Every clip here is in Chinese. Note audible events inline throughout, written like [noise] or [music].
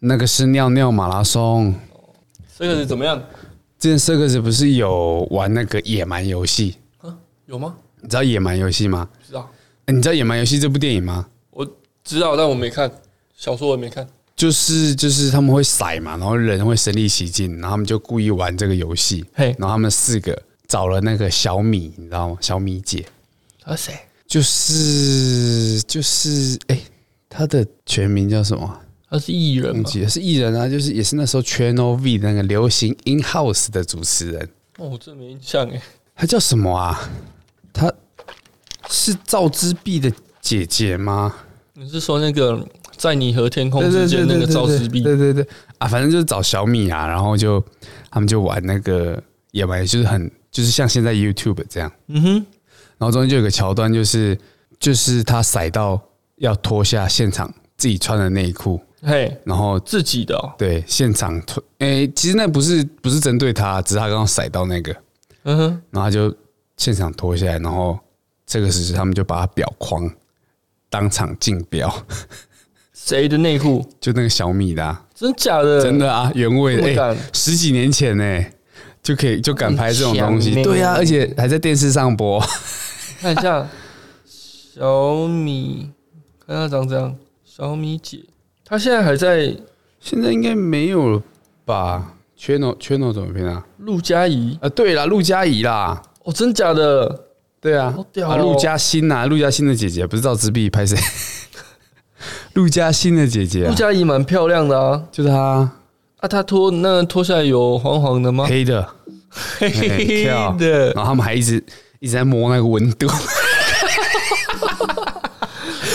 那个是尿尿马拉松。这个是怎么样？之前 Circus 不是有玩那个野蛮游戏？啊，有吗？你知道野蛮游戏吗？不知道，欸你知道《野蛮游戏》这部电影吗？我知道，但我没看小说，我也没看。就是就是他们会骰嘛，然后人会身临其境，然后他们就故意玩这个游戏。嘿，然后他们四个找了那个小米，你知道吗？小米姐他啊谁？就是就是哎、她的全名叫什么啊？他是艺人忘吗？记了是艺人啊，就是也是那时候 Channel V 那个流行 In House 的主持人，哦，我真没印象哎。她叫什么啊？她是赵之璧的姐姐吗？你是说那个在你和天空对对之间对那个对赵对石壁？对对对啊，反正就是找小米啊，然后就他们就玩那个野蛮，就是很就是像现在 YouTube 这样，嗯哼，然后中间就有个桥段，就是就是他甩到要脱下现场自己穿的内裤，嘿，然后自己的、哦，对现场脱，诶、其实那不是不是针对他，只是他刚刚甩到那个，嗯哼，然后他就现场脱下来，然后这个时他们就把他裱框，当场竞标， [laughs] 谁的内裤？就那个小米的啊、真假的？真的啊，原味的，这么哎、敢十几年前呢、就可以就敢拍这种东很西，强呢对啊，而且还在电视上播， [laughs] 看一下小米，看它长怎样。小米姐，她现在还在现在应该没有了吧？Channel Channel 怎么拼啊？陆佳怡啊，对啦，陆佳怡啦，哦，真假的？对啊好，屌哦啊，陆嘉欣呐，陆嘉欣的姐姐不是赵之璧拍谁？ [laughs] 陆嘉欣的姐姐、陆啊，佳怡蛮漂亮的啊，就是她啊，她脱那脱下来有黄黄的吗？黑的， [laughs] 黑嘿跳的，然后他们还一直一直在摸那个温度， [laughs]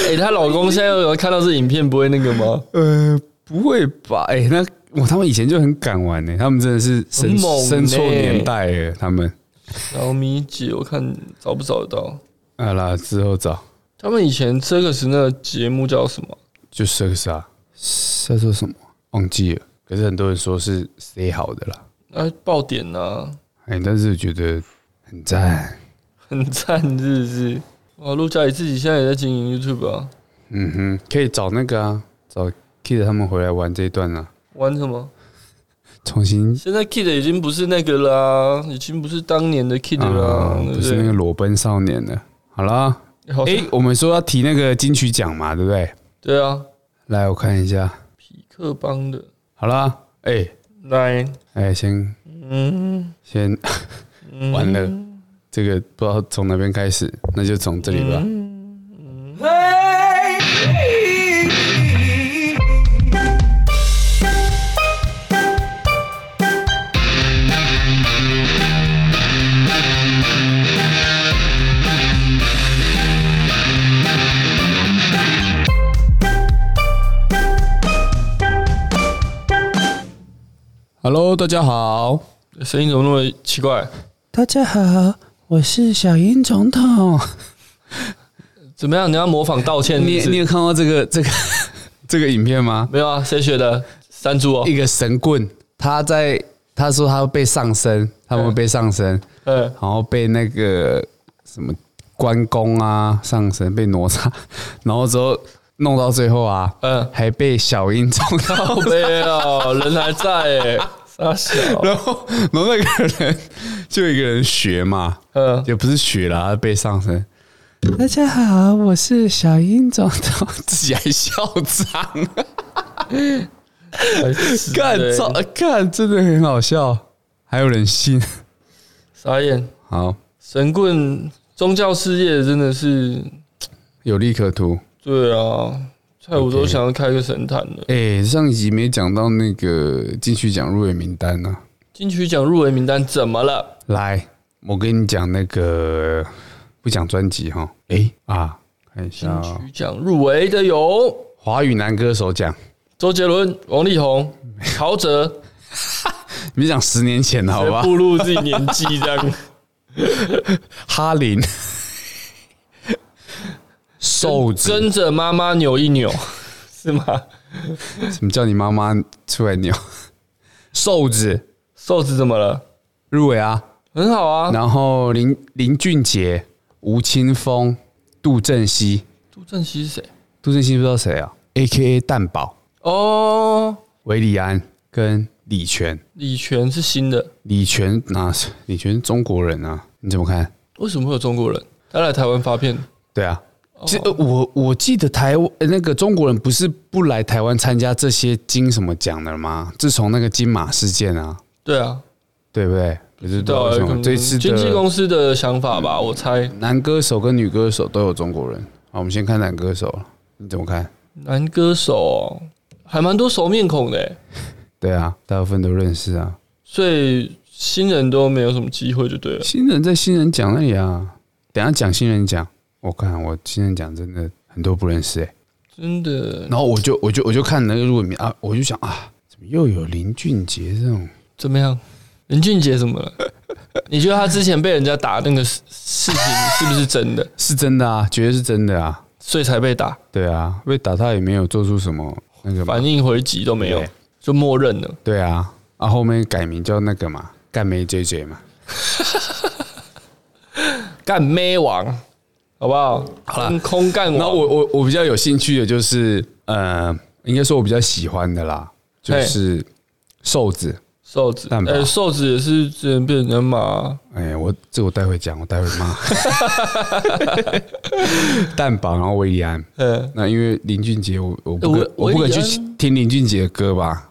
哎，她老公现在有看到这影片不会那个 [laughs] 吗？呃，不会吧？哎、那哇，他们以前就很敢玩呢、他们真的是生很猛呢欸生错年代了，他们。小米姐，我看找不找得到？啊啦，之后找他们以前这个是那个节目叫什么？就 Circus 啊，叫做什么忘记了，可是很多人说是 C 好的啦，啊，爆点啊，哎、但是觉得很赞，很赞，是不是？ [laughs] 哇，陆佳怡自己现在也在经营 YouTube 啊，嗯哼，可以找那个啊，找 Kid 他们回来玩这一段啊，玩什么？重新现在 Kid 已经不是那个啦、已经不是当年的 Kid 啦、啊，对不是那个裸奔少年了。好啦，对？好哎、像我们说要提那个金曲奖嘛，对不对？对啊，来，我看一下，匹克帮的好啦，哎、来，哎、先嗯，先嗯完了，这个不知道从哪边开始，那就从这里吧。Hello，大家好。声音怎么那么奇怪？大家好，我是小英总统。怎么样？你要模仿道歉是不你是你有看到这个 [laughs] 这个这个影片吗？没有啊？谁学的？山猪哦，一个神棍，他在他说他被上身，他们被上身，嗯，然后被那个什么关公啊上身被哪吒， [laughs] 然后之后弄到最后啊，嗯还被小英撞到，好悲哦，人还在哎、傻小， [laughs] 然后然后那个人就有一个人学嘛，嗯，也不是雪啦，他被上身。大家好，我是小英总统， [laughs] 自己还笑场，还是 [laughs] 干欸操，干真的很好笑，还有人信。 [laughs] 傻眼，好，神棍宗教事业真的是，有利可图。对啊，蔡我都 OK 想要开个神坛了。哎、上一集没讲到那个金曲奖入围名单呢、金曲奖入围名单怎么了？来，我跟你讲那个，不讲专辑哈。哎、啊，看一下金哦曲奖入围的有华语男歌手奖，周杰伦、王力宏、陶喆，你讲十年前的好吧？步入自己年纪这样。哈林，瘦子，跟着妈妈扭一扭，是吗？怎么叫你妈妈出来扭？瘦子瘦子怎么了？入围啊，很好啊。然后林林俊杰、吴青峰、杜振熙，杜振熙是谁？杜振熙不知道谁啊，A K A 蛋宝，哦，韦礼安跟李泉，李泉是新的，李泉哪、李泉是中国人啊？你怎么看？为什么会有中国人？他来台湾发片，对啊，哦其实呃我我记得台湾呃那个中国人不是不来台湾参加这些金什么奖的吗？自从那个金马事件啊，对啊，对不对？不知对道啊，为什可么能这次经纪的公司的想法吧，我猜。男歌手跟女歌手都有中国人。好，我们先看男歌手，你怎么看？男歌手哦还蛮多熟面孔的欸，对啊，大部分都认识啊。所以新人都没有什么机会就对了。新人在新人奖那里啊，等一下讲新人奖。我看我新人奖真的很多不认识哎、真的，然后我就我就我就看那个入名啊，我就想啊，怎么又有林俊杰这种？怎么样？林俊杰怎么了？ [laughs] 你觉得他之前被人家打那个事事情是不是真的，是真的啊，绝对是真的啊。所以才被打？对啊，被打他也没有做出什么那个嘛反应回击都没有对，就默认了。对啊，啊后面改名叫那个嘛，干梅 JJ 嘛。干妹王，好不好？好了，空干然后王，我我我比较有兴趣的就是，呃，应该说我比较喜欢的啦，就是瘦子。瘦子，蛋堡呃，瘦子也是之前被人家骂，哎，我这我待会讲，我待会 [laughs] 骂。蛋堡，然后维里安。呃，那因为林俊杰，我我不我可我不敢维里安去听林俊杰的歌吧？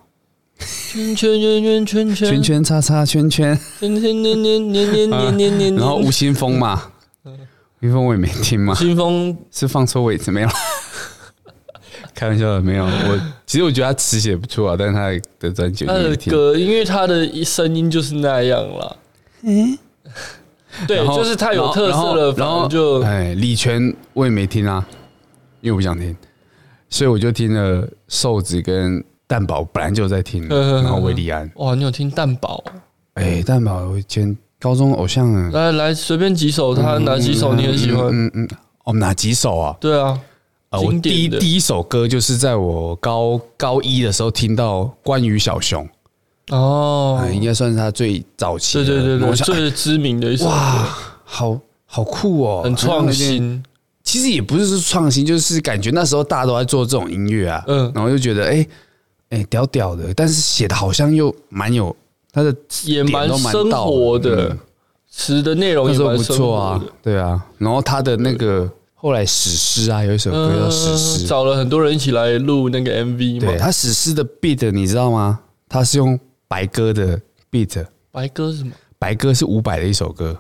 圈圈圈圈圈圈圈圈叉叉圈圈，圈圈年年年年年年年，然后吴青峰嘛，吴青峰我也没听嘛，新风是放错位置没有？ [laughs] 开玩笑的，没有。我其实我觉得他词写不错啊，但是他的专辑我他就没的听。歌，因为他的声音就是那样啦。嗯，对，然后就是他有特然后色了，然反后正就哎，李泉我也没听啊，因为我不想听，所以我就听了瘦子跟蛋堡，本来就有在听，呵呵呵然后维利安，哇，你有听蛋堡？哎，蛋堡我以前高中偶像啊，来来，随便几首，他哪几首你很喜欢？嗯嗯嗯，哦哪几首啊？对啊，呃，我经第一典的第一首歌就是在我高高一的时候听到关于小熊，哦，哎应该算是他最早期对的，对对我对，想哎最知名的一首歌，哇，好好酷哦，很创有点新。其实也不是说创新，就是感觉那时候大家都在做这种音乐啊，嗯然后就觉得哎哎、屌屌的，但是写的好像又蛮有他的也点蛮都蛮生到活的的嗯，词的内容那也时候蛮不生活错啊的，对啊，然后他的那个后来史诗啊，有一首歌叫史嗯诗，找了很多人一起来录那个 MV 对嘛。他史诗的 beat 你知道吗？他是用白鸽的 beat，白鸽是什么？白鸽是伍佰的一首歌，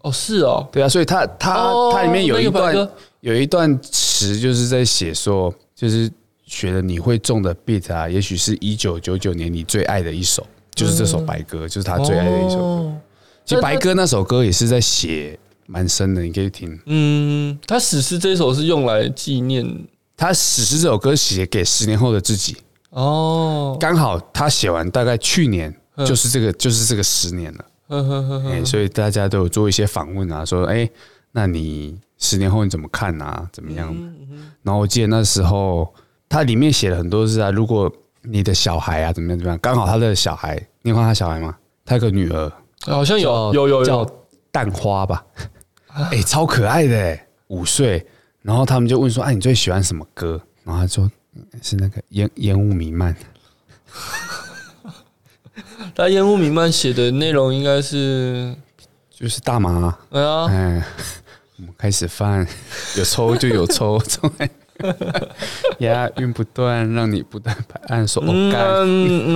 哦，是哦，对啊，所以他他哦他里面有那一个白段鸽有一段词就是在写说，就是学了你会中的 beat 啊，也许是一九九九年你最爱的一首，就是这首白歌，就是他最爱的一首歌。嗯哦其实白歌那首歌也是在写蛮深的，你可以听。嗯，他史诗这首是用来纪念他史诗这首歌写给十年后的自己，哦，刚好他写完大概去年嗯就是这个就是这个十年了，呵呵呵呵哎，所以大家都有做一些访问啊，说哎，那你十年后你怎么看啊？怎么样？嗯嗯然后我记得那时候它里面写了很多是啊，如果你的小孩啊怎么样怎么样，刚好他的小孩，你有看他小孩吗？他有个女儿好像有叫哦有有叫有，蛋花 [laughs] 吧，哎、超可爱的、欸，五岁。然后他们就问说：“哎、你最喜欢什么歌？”然后他说：“嗯是那个烟烟雾弥漫。他烟雾弥漫写的内容应该是，”就是大麻、哎呀，哎、 [laughs] 我们开始放，有抽就有抽， [laughs] 抽完押韵不断，让你不断拍按说哦嗯干。嗯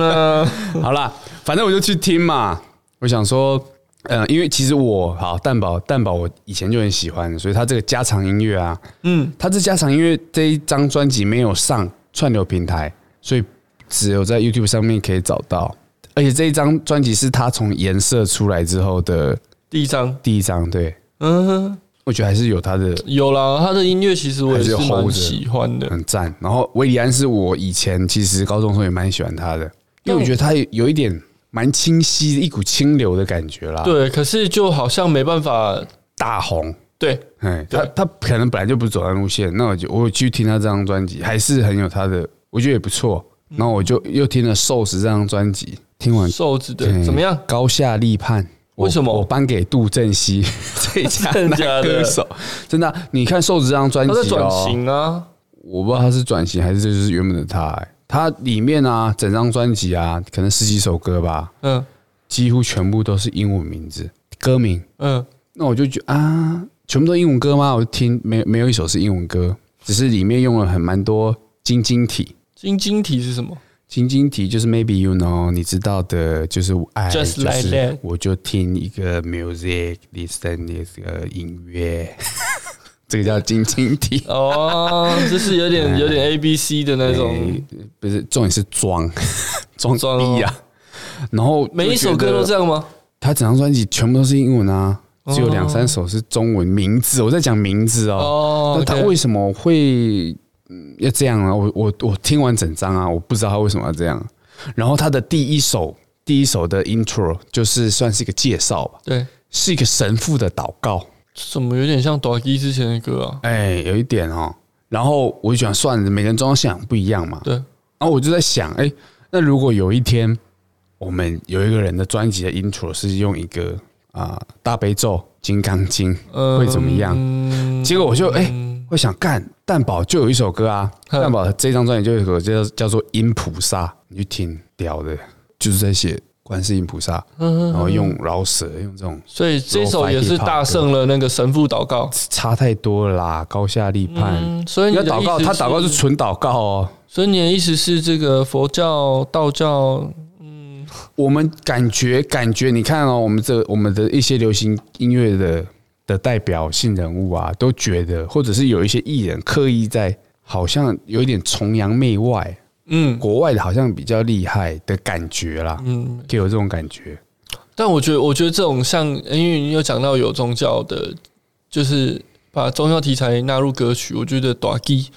嗯好啦，反正我就去听嘛。我想说，呃，因为其实我好蛋堡蛋堡，我以前就很喜欢，所以他这个家常音乐啊，嗯，他这家常音乐这一张专辑没有上串流平台，所以只有在 YouTube 上面可以找到。而且这一张专辑是他从颜色出来之后的第一张，第一张，对嗯哼，我觉得还是有他的有啦，他的音乐其实我也是还是有 hold 蛮着喜欢的，很赞。然后维里安是我以前其实高中的时候也蛮喜欢他的，因为我觉得他有一点蛮清晰的一股清流的感觉啦。，对，可是就好像没办法，大红。对，哎，对他他可能本来就不是走那路线，那我就我有去听他这张专辑，还是很有他的，我觉得也不错。嗯然后我就又听了《瘦死》这张专辑，听完瘦子的哎怎么样？高下立判。我啊为什么我颁给杜振熙最佳 [laughs] [laughs] 真的假男的歌手？真的啊、你看《瘦子》这张专他在辑转哦，型啊，我不知道他是转型还是这就是原本的他、哎它里面啊，整张专辑啊，可能十几首歌吧，嗯几乎全部都是英文名字、歌名。嗯，那我就觉啊，全部都英文歌吗？我就听没没有一首是英文歌，只是里面用了很蛮多晶晶体。晶晶体是什么？晶晶体就是 maybe you know，你知道的，就是爱 Just 就 like 是 that 我就听一个 music，listen 一个音乐， [laughs] 这个叫晶晶体。哦， [laughs] 就是有点有点 A B C 的那种，诶不是重点是装 [laughs] 装装哦逼呀、然后每一首歌都样。这样吗？他整张专辑全部都是英文啊，只有两三首是中文名字。我在讲名字哦，哦那，他 OK 为什么会嗯要这样呢、我我我听完整张啊，我不知道他为什么要这样。然后他的第一首第一首的 intro 就是算是一个介绍吧，对，是一个神父的祷告，怎么有点像 d o g 之前的歌啊？哎，有一点哦。然后我就想，算了，每个人装想不一样嘛。对，然后我就在想，哎、那如果有一天我们有一个人的专辑的 intro 是用一个啊、大悲咒、金刚经，嗯，会怎么样结果我就哎、会想干蛋堡就有一首歌啊，哼蛋堡这张专辑就有一首歌叫叫做《音菩萨》，你去听屌的，就是在写观世音菩萨，然嗯，嗯后用饶舌，用这种所以这首也是大胜了那个神父祷告。差太多了啦，高下立判。嗯，所以你要的祷告，意思他祷告是纯祷告哦。所以你的意思是，这个佛教、道教，嗯，我们感觉感觉，你看哦，我们这我们的一些流行音乐的的代表性人物啊，都觉得，或者是有一些艺人刻意在，好像有一点崇洋媚外，嗯国外的好像比较厉害的感觉啦，嗯，给我这种感觉。但我觉得，我觉得这种像，因为你有讲到有宗教的，就是把宗教题材纳入歌曲，我觉得 d o g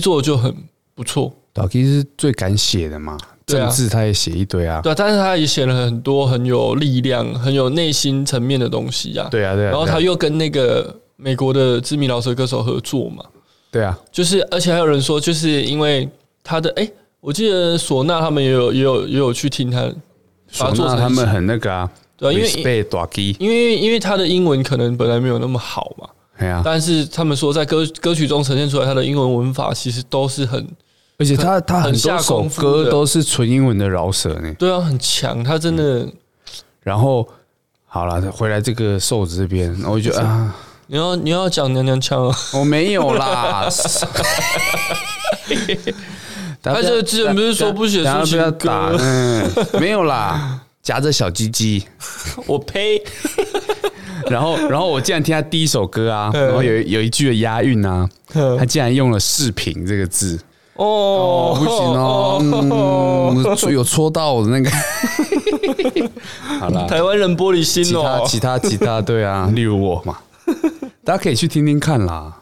做的就很不错，导 K 是最敢写的嘛，对啊政治他也写一堆啊，对、啊，但是他也写了很多很有力量、很有内心层面的东西啊。对啊，对啊，然后对啊他又跟那个美国的知名饶舌歌手合作嘛，对啊，就是而且还有人说，就是因为他的，哎、我记得唢呐他们也有也有也有去听他，把唢它做呐成他们很那个啊，对啊、因为。被导 K，因为因为他的英文可能本来没有那么好嘛，哎呀，但是他们说在歌歌曲中呈现出来他的英文文法其实都是很而且他他很多很下首功夫歌的都是纯英文的饶舌呢。对啊很强，他真的，然后好了，回来这个瘦子这边，然后我就觉得啊，你要你要讲娘娘腔啊， [laughs] 我没有啦。他就之前不是说不写然后抒不情要打，歌，嗯，没有啦，夹着小鸡鸡。我 [laughs] 呸，然后，然后我竟然听他第一首歌啊，嗯然后有一有一句的押韵啊，他竟然用了“视频”这个字，哦哦，不 [laughs] 行哦，嗯，我有戳到我的那个。好啦，台湾人玻璃心其他哦，其他其 [laughs] 他，对啊，例如我嘛，大家可以去听听看啦。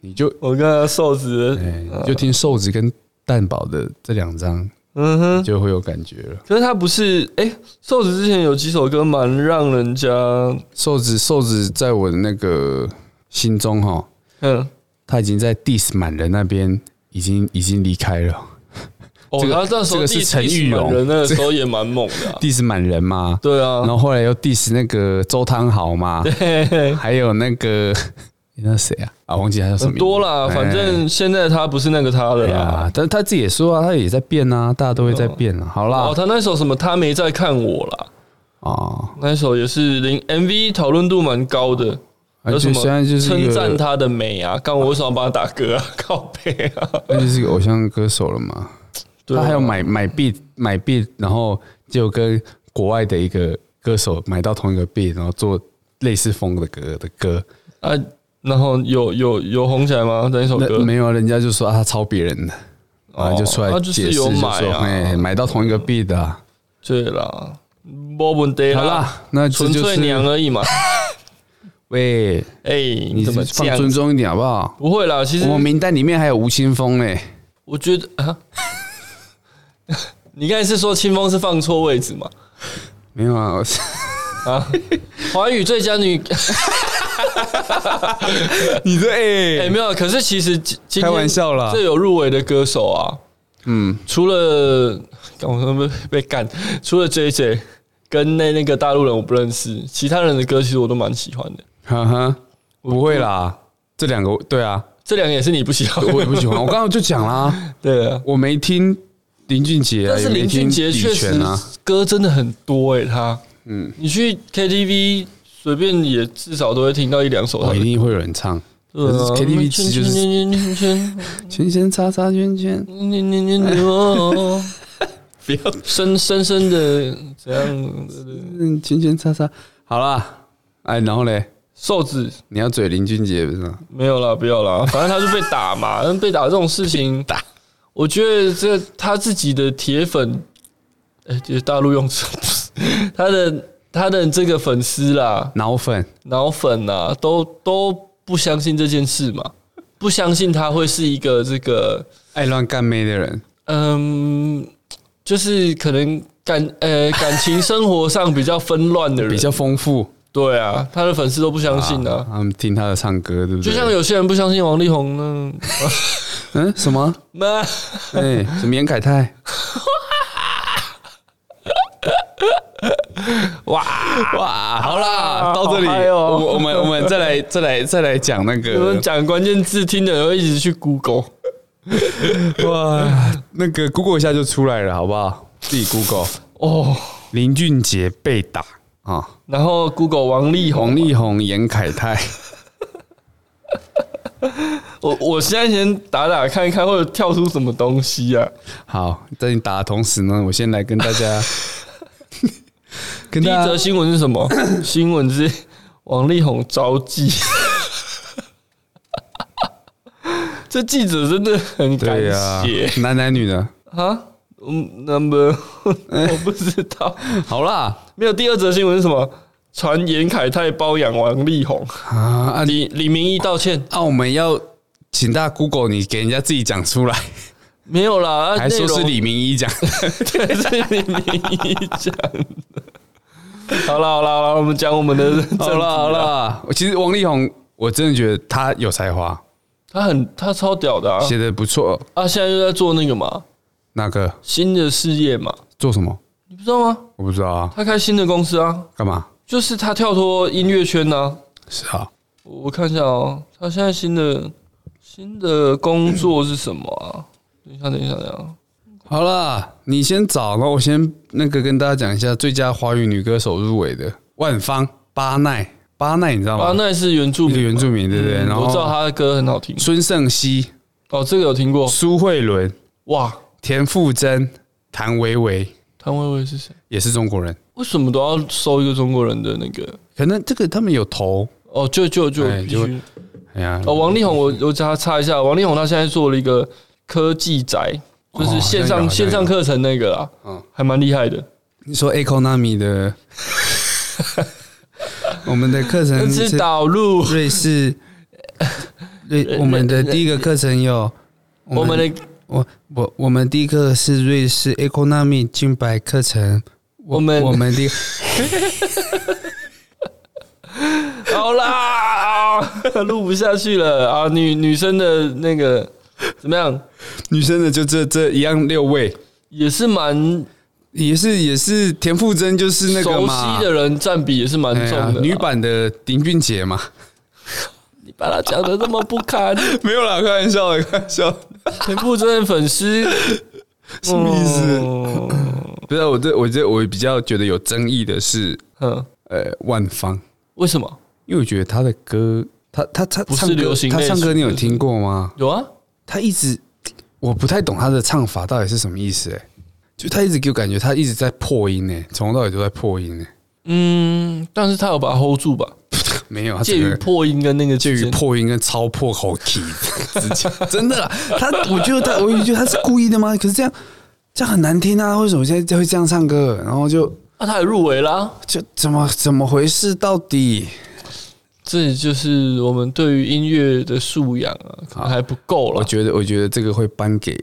你就我跟他瘦子，哎，你就听瘦子跟蛋堡的这两张，嗯哼，就会有感觉了。可是他不是，哎，瘦子之前有几首歌蛮让人家，瘦子，瘦子在我的那个心中哈，嗯，他已经在 diss 满人那边已经已经离开了哦，这个他那时这候个是 diss- 陈玉 diss 满荣人那个时候也蛮猛的啊， ，diss 满人嘛。 [laughs] 对啊然，后后来又 diss 那个周汤豪嘛， [laughs] 嘿嘿还有那个那谁啊啊，忘记他叫什么很名字多啦，反正现在他不是那个他了哎啦。呀，但是他自己也说啊，他也在变啊，大家都会在变啊。好啦哦，，他那首什么他没在看我啦，啊，那首也是零 MV 讨论度蛮高的，有而什且么现在就是一称赞个，他的美啊？刚我为什么要帮他打歌啊？ [laughs] 靠背啊！那就是一个偶像歌手了嘛。对啊他还有买买 beat 买 beat，然后就跟国外的一个歌手买到同一个 beat，然后做类似风的歌的歌。啊，然后有有有红起来吗？那一首那歌哦啊没有啊，人家就说啊，他抄别人的，然后就出来他就解释，是有就买说哎，啊，买到同一个 beat 的啊。对啦，没问题好啦，啦，那这啊纯就粹娘是而已嘛。喂， [laughs] 哎，你你怎么这放样嗯尊？重一点好不好？不会啦，其实我们名单里面还有吴青峰嘞。我觉得啊， [laughs] 你刚才是说清风是放错位置吗？没有啊，我 [laughs] 是 [laughs] 啊，华语最佳女，你这哎、哎，没有，可是其实今今开天玩笑啦这有入围的歌手啊，嗯，除了干我会被被干，除了 J J 跟那那个大陆人我不认识，其他人的歌其实我都蛮喜欢的。 [laughs] 哈哈，不会啦，这两个对啊，这两个也是你不喜欢我的，也不喜欢。我刚刚就讲啦， [laughs] 对啊，我没听林俊杰啊，但是林俊杰有一天确李实泉啊，歌真的很多诶、他嗯，你去 KTV 随便也至少都会听到一两首他我一的。定会有人唱。对啊哦可是 KTV 其实就是圈圈圈圈圈圈叉叉圈圈，圈圈圈圈圈哦不要 [laughs] 深深深的怎样？嗯圈圈叉叉。好啦，哎，然后嘞，瘦子你要嘴林俊杰不是吗？没有啦，不要啦，反正他就被打嘛，那被打这种事情，打，我觉得这他自己的铁粉，哎、就是大陆用词， [laughs] 他的他的这个粉丝啦、脑粉，脑粉啦，都都不相信这件事嘛，不相信他会是一个这个，爱乱干妹的人，嗯，就是可能感呃感情生活上比较纷乱的人，比较丰富。对啊，他的粉丝都不相信啊。他们听他的唱歌，对不对？就像有些人不相信王力宏呢，嗯什么？ [laughs] 那哎，什么严凯泰？哇哇，好啦，到这里，好嗨哦我我们我们再来再来再来讲那有个人讲关键字，听的人会一直去 Google。哇，那个 Google 一下就出来了，好不好？自己 Google 哦，林俊杰被打啊，然后 Google 王力宏，王力宏、严凯泰，我我现在先打打看看，会有跳出什么东西啊？好，在你打的同时呢，我先来跟大 [laughs] 家跟第大一则家新闻是 [coughs] 什么？新闻是王力宏招妓。 [laughs] 这记者真的很敢对啊呀写，男男女的，啊！嗯，那么哎 [laughs] 我不知道，好啦没有。第二则新闻是什么？传严凯泰包养王力宏，啊啊，你李李明义道歉。啊，我们要请大家 Google，你给人家自己讲出来，没有啦，啊还说是李明一讲，内容 [laughs] 对，是李明义讲的。好了好了好了，我们讲我们的政 [laughs] 治好了好，了，我其实王力宏，我真的觉得他有才华，他很他超屌的啊！写的不错。啊，现在又在做那个嘛那个新的事业嘛，做什么？你不知道吗？我不知道啊，他开新的公司啊，干嘛？就是他跳脱音乐圈呐、啊。是啊，我我看一下哦，他现在新的新的工作是什么啊？等一下，等一下，啊等一下。好了，你先找，然后我先那个跟大家讲一下最佳华语女歌手入围的万芳、巴奈、巴奈，你知道吗？啊，那是原著哦一个原住民，对不对？然嗯我知道后他的歌很好听孙盛熙、哦，这个有听过苏慧伦、哇。田馥甄、谭维维谭维维是谁？也是中国人。为什么都要收一个中国人的那个？可能这个他们有投，哦，就就就哎必就须哎呀，哦。王力宏，我我叫他查一下，王力宏他现在做了一个科技宅，就是线哦好像有上好像有线上课程那个啦，嗯还蛮厉害的。你说 Economy [laughs] 的，我们的课但程是是导入瑞士，瑞我们的第一个课程有我们的我我我们第一个是瑞士 Economy 金牌课程，我们我们第好啦， [laughs] 啊录不下去了啊！女女生的那个怎么样， [laughs] 女生的就这这一样六位，也是蛮也是也是田馥甄就是那个熟嘛悉，的人占比也是蛮哎重呀的啦。啊女版的林俊杰嘛，你把他讲的这么不堪， [laughs] 没有啦，开玩笑的，开玩笑的，田馥甄的粉丝什么意思？嗯不是啊我这我这我比较觉得有争议的是，嗯，呃，万芳，为什么？因为我觉得他的歌，他他他不是唱歌流行类他唱歌你有是不是听过吗？有啊，他一直我不太懂他的唱法到底是什么意思、欸，就他一直给我感觉他一直在破音、欸，从头到尾都在破音、欸，嗯，但是他有把它 hold 住吧？没有，他介整于个破音跟那个介之于间破音跟超破口 key 之间，真的啦，他我觉得他，我觉得他是故意的吗？可是这样这样很难听啊，为什么现在会这样唱歌？然后就啊，他也入围啦。就怎么怎么回事？到底这就是我们对于音乐的素养啊，可能还不够我了。觉得，我觉得这个会颁给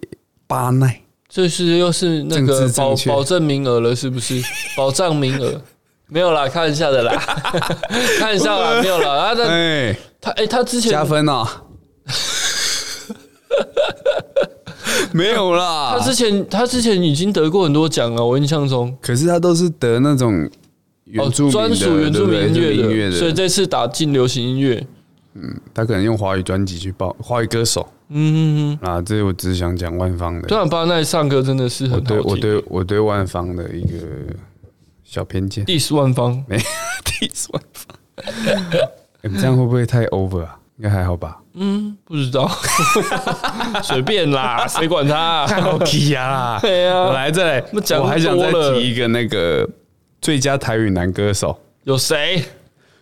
巴奈。这是又是那政个治正保确保证名额了，是 [laughs] 不是？保障名额没有啦，看一下的啦，看一下啦，没有啦。啊，那哎，他哎、他之前加分 [laughs] 哦！没有啦他，之前他之前已经得过很多奖了，我印象中可是他都是得那种哦原住，民的专属原住民对不对音音乐的，所以的，这次打进流行音乐，他可能用华语专辑去报华语歌手，嗯，啊，这我只是想讲万方的。对啊，巴奈唱歌真的是我很对好我听。对我对万方的一个小偏 [laughs] 见。 diss 万方， diss 万 [laughs] 方，你欸这样会不会太 over 啊？应该还好吧。嗯，不知 [laughs] 道，随便啦，谁管他啊、 [laughs] 好奇啊！ [laughs] 对啊来再来那讲，我还想多再了提一个那个最佳台语男歌手有谁？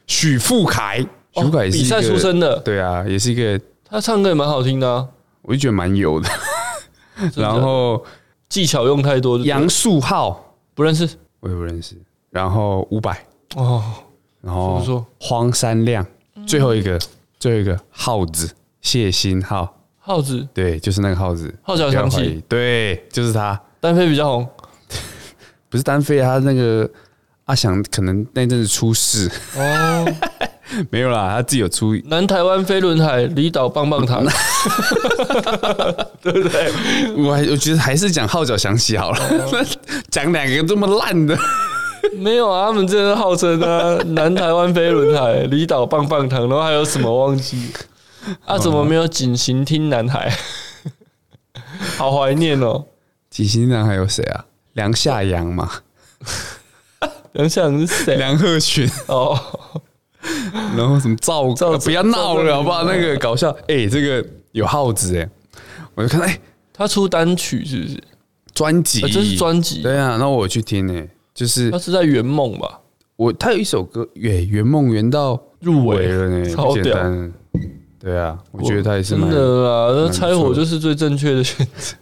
许富凯，许富凯也是哦比一个赛出身的，对啊，也是一个，他唱歌也蛮好听的啊、我就觉得蛮油 [laughs] 的。的然后技巧用太多就对了，杨树浩不认识我也不认识，然后伍佰，哦。然后不错荒山亮，嗯最后一个最后一个耗子谢欣浩，耗子，对，就是那个耗子，号角不要响怀起，疑对，就是他。单飞比较红不是单飞啊，他那个阿翔可能那阵子出事，哦。没有啦，他自己有出，南台湾飞轮海，离岛棒棒 [laughs] 糖，我还我觉得还是讲号角响起好了， [laughs] 讲两个这么烂的，没有啊？他们真的号称啊，南台湾飞轮 [laughs] 海，离岛棒棒糖，然后还有什么忘记啊？嗯怎么没有警行厅男孩？ [laughs] 好怀念哦！几星男还有谁啊？梁夏阳嘛，梁想是谁？梁鹤群，哦，然后什么赵赵赵，不要闹了好不好？那个搞笑，哎，这个有耗子哎，我就看哎他出单曲是不是？专辑呃，这是专辑，对啊，那我去听哎，就是他是在圆梦吧？我他有一首歌，圆圆梦圆到入尾了呢，超欸不简屌单，对啊，我觉得他也是真蛮的啦，那蛮不拆错火的就是最正确的选择，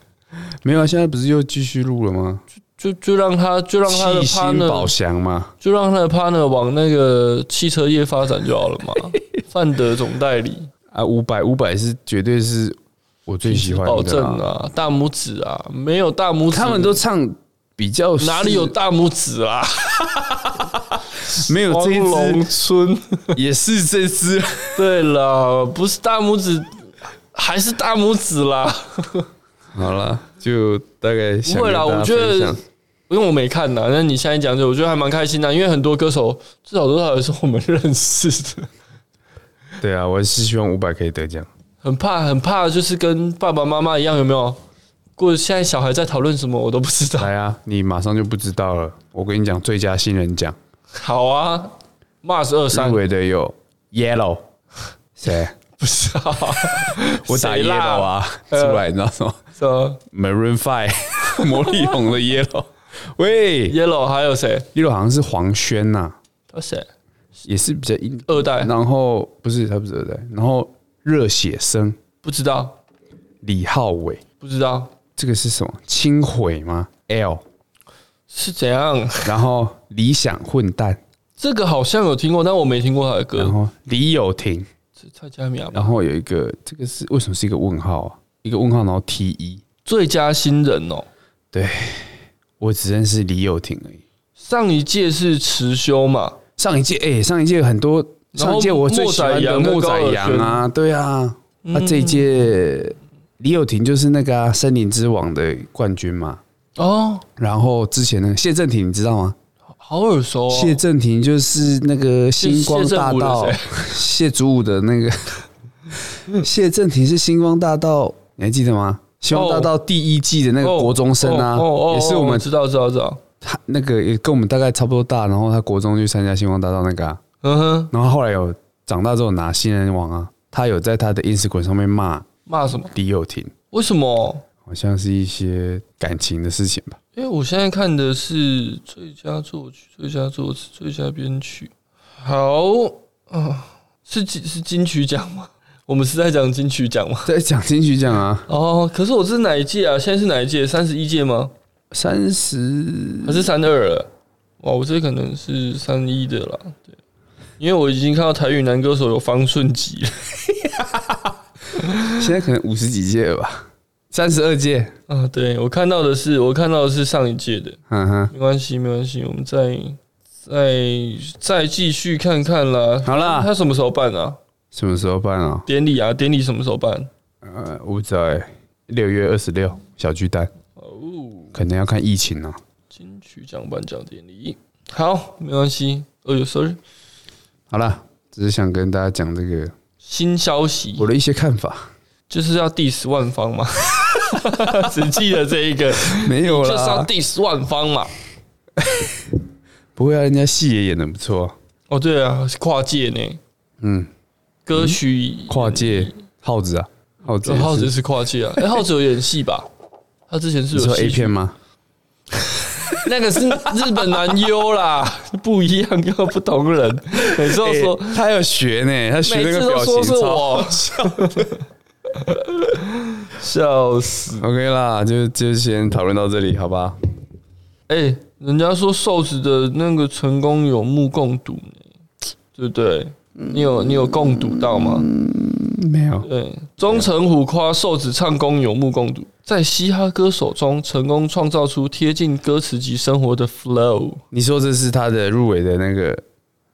没有啊，现在不是又继续录了吗？就就让他就让他的七星宝 partner 箱嘛，就让他的 partner 往那个汽车业发展就好了 [laughs] 嘛。范德总代理，啊，五百五百是绝对是我最喜欢保的证啦、啊，大拇指啊，没有大拇指，他们都唱比较是哪里有大拇指啊？没有这光一荣支村， [laughs] 也是这 [laughs] 支对了，不是大拇指。还是大拇指啦，好了，就大概想不会啦跟大家我觉得分享因为我没看呐。那你现在讲这，我觉得还蛮开心的，啊因为很多歌手至少多少也是我们认识的。对啊，我还是希望五百可以得奖。很怕，很怕，就是跟爸爸妈妈一样，有没有？过现在小孩在讨论什么，我都不知道。来啊，你马上就不知道了。我跟你讲，最佳新人奖好啊，Mars 二入三围的有 Yellow，谁？不知道， [laughs] 我打谁 Yellow 啦呃啊，出来你知道什么是吧？Maroon [laughs] Five，魔力红的 Yellow。喂， Yellow 还有谁？一楼好像是黄轩呐、他谁？也是比较硬。二代然后不是他不是二代，然后热血生不知道，李浩伟，不知道这个是什么？轻毁吗？L，是怎样？然后理想混蛋，这个好像有听过，但我没听过他的然歌。后李友廷，是蔡佳明啊然后有一个这个是为什么是一个问号啊？一个问号，然后 T E 一，最佳新人哦，我只认识李友廷而已。上一届是池修嘛，上一届哎、上一届很多，然后上一届我最喜欢的莫莫宰宰阳阳啊，对啊，那、这一届李友廷就是那个、啊、森林之王的冠军嘛。哦，然后之前那个谢正廷，你知道吗？好耳熟哦。谢正廷就是那个星光大道谢谢正武的谢祖武的那个 [laughs] 谢正廷是星光大道，你还记得吗？星光大道第一季的那个国中生啊哦哦哦，也是我哦们知道知道知道，他那个也跟我们大概差不多大，然后他国中去参加星光大道那个、啊，嗯哼，然后后来有长大之后拿新人王啊，他有在他的 Instagram 上面骂骂什么？李友廷，为什么？好像是一些感情的事情吧。因为我现在看的是最佳作曲、最佳作词、最佳编曲。好，啊、是金是金曲奖吗？ [laughs] 我们是在讲金曲奖吗？在讲金曲奖啊，哦，可是我这是哪一届啊？现在是哪一届？三十一届吗？三十还是三二了？哇，我这可能是三一的啦。对，因为我已经看到台语男歌手有方顺吉了现在可能五十几届了吧，三十二届，啊。对，我看到的是我看到的是上一届的，嗯哼，没关系，没关系，我们再再再继续看看啦。好啦他什么时候办啊？什么时候办啊？典礼啊，典礼什么时候办？呃，我不知道哎，六月二十六，小巨蛋，哦，可能要看疫情啊。金曲奖颁奖典礼。好，没关系。哦呦，sorry，好了，只是想跟大家讲这个新消息 [laughs] 我的一些看法。就是要 diss 万方 [laughs] 嘛，只记得这一个，没有就是要啦， diss 万方嘛。不会啊，人家戏也演的不错，哦，对啊，是跨界呢，嗯，歌曲跨界耗子啊，耗子嗯哦，也是，浩子是跨界啊，哎，浩子有演戏吧？他之前是你有说戏 A 片吗？ [laughs] 那个是日本男优啦， [laughs] 不一样又不同人。每次都说，欸他有学呢，他学每哎那个次都表说情是操。我，笑死！ OK 啦，就就先讨论到这里，好吧？哎、人家说瘦子的那个成功有目共睹呢，对不对？你有你有共睹到吗？没有，对，钟成虎夸瘦子唱功有目共睹，在嘻哈歌手中成功创造出贴近歌词及生活的 flow。你说这是他的入围的那个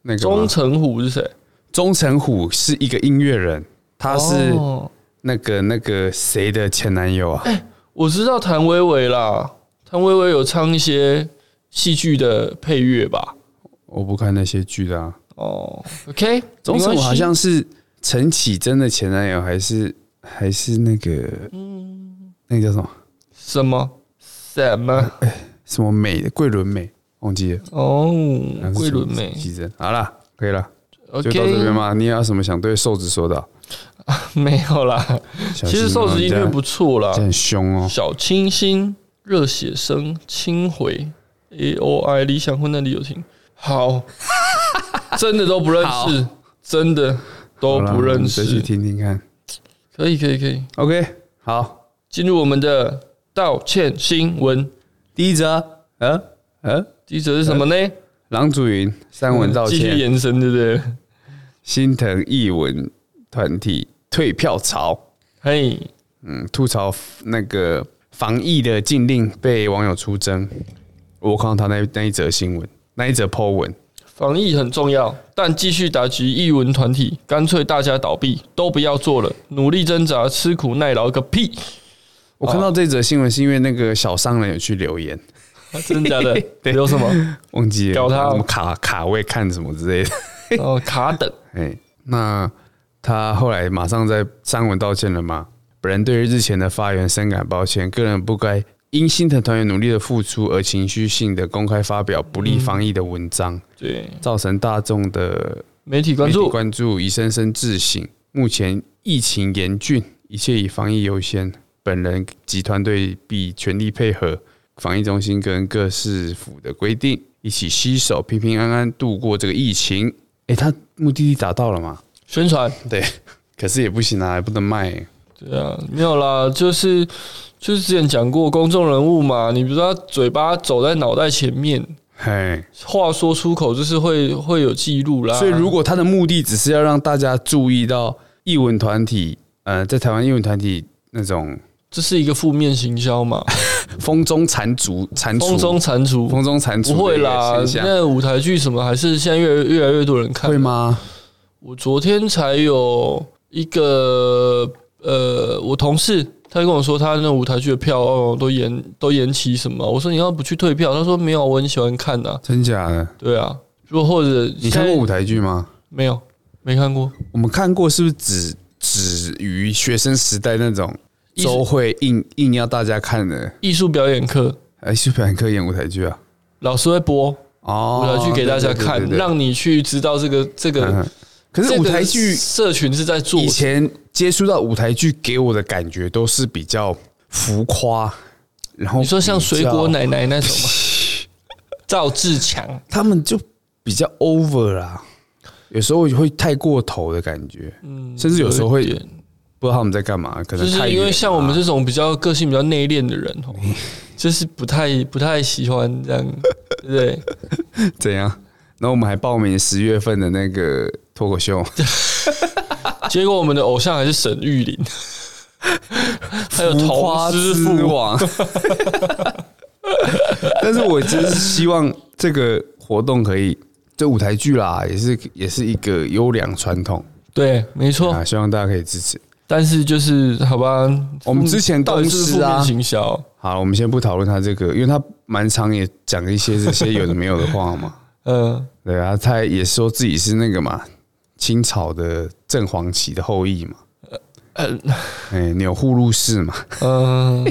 那个吗钟成虎是谁？钟成虎是一个音乐人，他是哦哎那个那个谁的前男友啊？我知道谭维维啦，谭维维有唱一些戏剧的配乐吧？我不看那些剧的啊。哦，OK，钟成没虎关系好像是陈绮贞的前男友，还是还是那个嗯，那个叫什么什么什么什么美的桂纶镁，忘记了。哦，桂 [laughs] 纶还是镁陈绮贞。好啦，可以了，就，OK，到这边吗？你有什么想对瘦子说的啊？没有啦，小 [laughs] 其心实哦瘦子音乐不啊错啦这，很凶哦。小清新、热血生、轻回、A O I 理想混蛋理由情，好， [laughs] 真的都不认识，真的都好啦不我认们再去识，听听看。可以可以可以， OK，好，进入我们的道歉新闻，第一则，呃呃，第一则是什么呢？郎祖云三文道继续歉，延伸，对不对？心疼艺文团体退票潮，嘿，嗯，吐槽那个防疫的禁令被网友出征。我看到他那那一则新闻，那一则 po 文，防疫很重要，但继续打击艺文团体，干脆大家倒闭，都不要做了，努力挣扎，吃苦耐劳个屁！我看到这则新闻是因为那个小商人有去留言，啊 [laughs] 真的 [laughs] 假的？有什么？忘记了屌他哦什么卡卡位看什么之类的。 [laughs] 哦，卡等，哎，那他后来马上在删文道歉了吗？本人对于日前的发言深感抱歉，个人不该因心疼团员努力的付出而情绪性的公开发表不利防疫的文章，对，造成大众的媒体关媒体注，关注，以深深自省。目前疫情严峻，一切以防疫优先，本人及团队必全力配合防疫中心跟各市府的规定，一起携手平平安安度过这个疫情。哎，他目的地达到了吗？宣传，对，可是也不行啊，还不能卖、对啊，没有啦，就是就是之前讲过公众人物嘛，你不知道嘴巴走在脑袋前面，嘿，话说出口就是会会有记录啦。所以如果他的目的只是要让大家注意到艺文团体，呃，在台湾艺文团体那种这是一个负面行销嘛，风中残烛、蟾风蜍、中蟾蜍，风中蟾蜍不会的一个啦现，象那舞台剧什么还是现在越越来越多人看。会吗？我昨天才有一个呃，我同事他就跟我说，他那舞台剧的票哦都延都延期什么。我说你要不去退票？他说没有，啊我很喜欢看的、真假的？对啊，如果或者你看过现在舞台剧吗？没有？没看过。我们看过，是不是只止于学生时代那种艺术周会硬硬要大家看的？艺术表演课哎，是表演课演舞台剧 [laughs] 啊？老师会播哦，舞台剧给大家对对看，对对对让你去知道这个这个、嗯哦可是这舞个台剧社群是在做以前接触到舞台剧，给我的感觉都是比较浮夸，然后你说像比较水果，奶奶那种吗？ [laughs] 赵志强，他们就比较 over 啦，有时候会太过头的感觉，嗯甚至有时候会一点不知道他们在干嘛，可就能太是因远为了啊像我们这种比较个性比较内敛的人哦，就是不太不太喜欢这样，对不对？ [laughs] [laughs] 怎样，然后我们还报名十月份的那个脱口秀，结果我们的偶像还是沈玉琳， [laughs] 还有浮童夸之师傅，王。但是我真是希望这个活动可以，这舞台剧啦，也是也是一个优良传统对，没错。啊，希望大家可以支持。但是就是好吧，我们之前到公底是司负面啊，行销，好，我们先不讨论他这个，因为他蛮常也讲一些这些有的没有的话嘛。嗯，对啊，他呃也说自己是那个嘛，清朝的正黄旗的后裔嘛，哎，钮祜禄氏 [laughs] 嘛， [laughs] 嗯，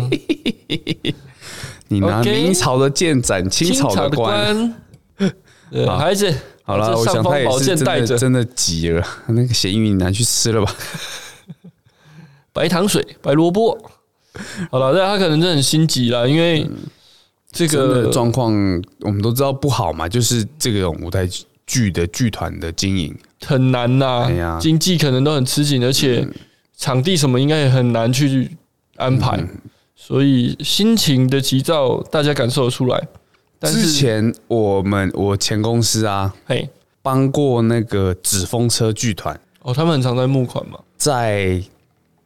你拿 OK 明朝的剑斩清清朝朝的的官。官， [laughs] 对，好孩子，好了，这我尚想他方也宝是剑真带的着真的急了，那个咸鱼你拿去吃了吧。白糖水、白萝卜。好了，但他可能真的很心急啦，因为这嗯真的个状况我们都知道不好嘛，就是这种舞台剧的剧团的经营，很难哎呐呀，嗯经济可能都很吃紧，而且场地什么应该也很难去安排，嗯所以心情的急躁大家感受得出来。但之是，前我们我前公司啊，嘿，帮过那个纸风车剧团哦，他们很常在募款嘛，在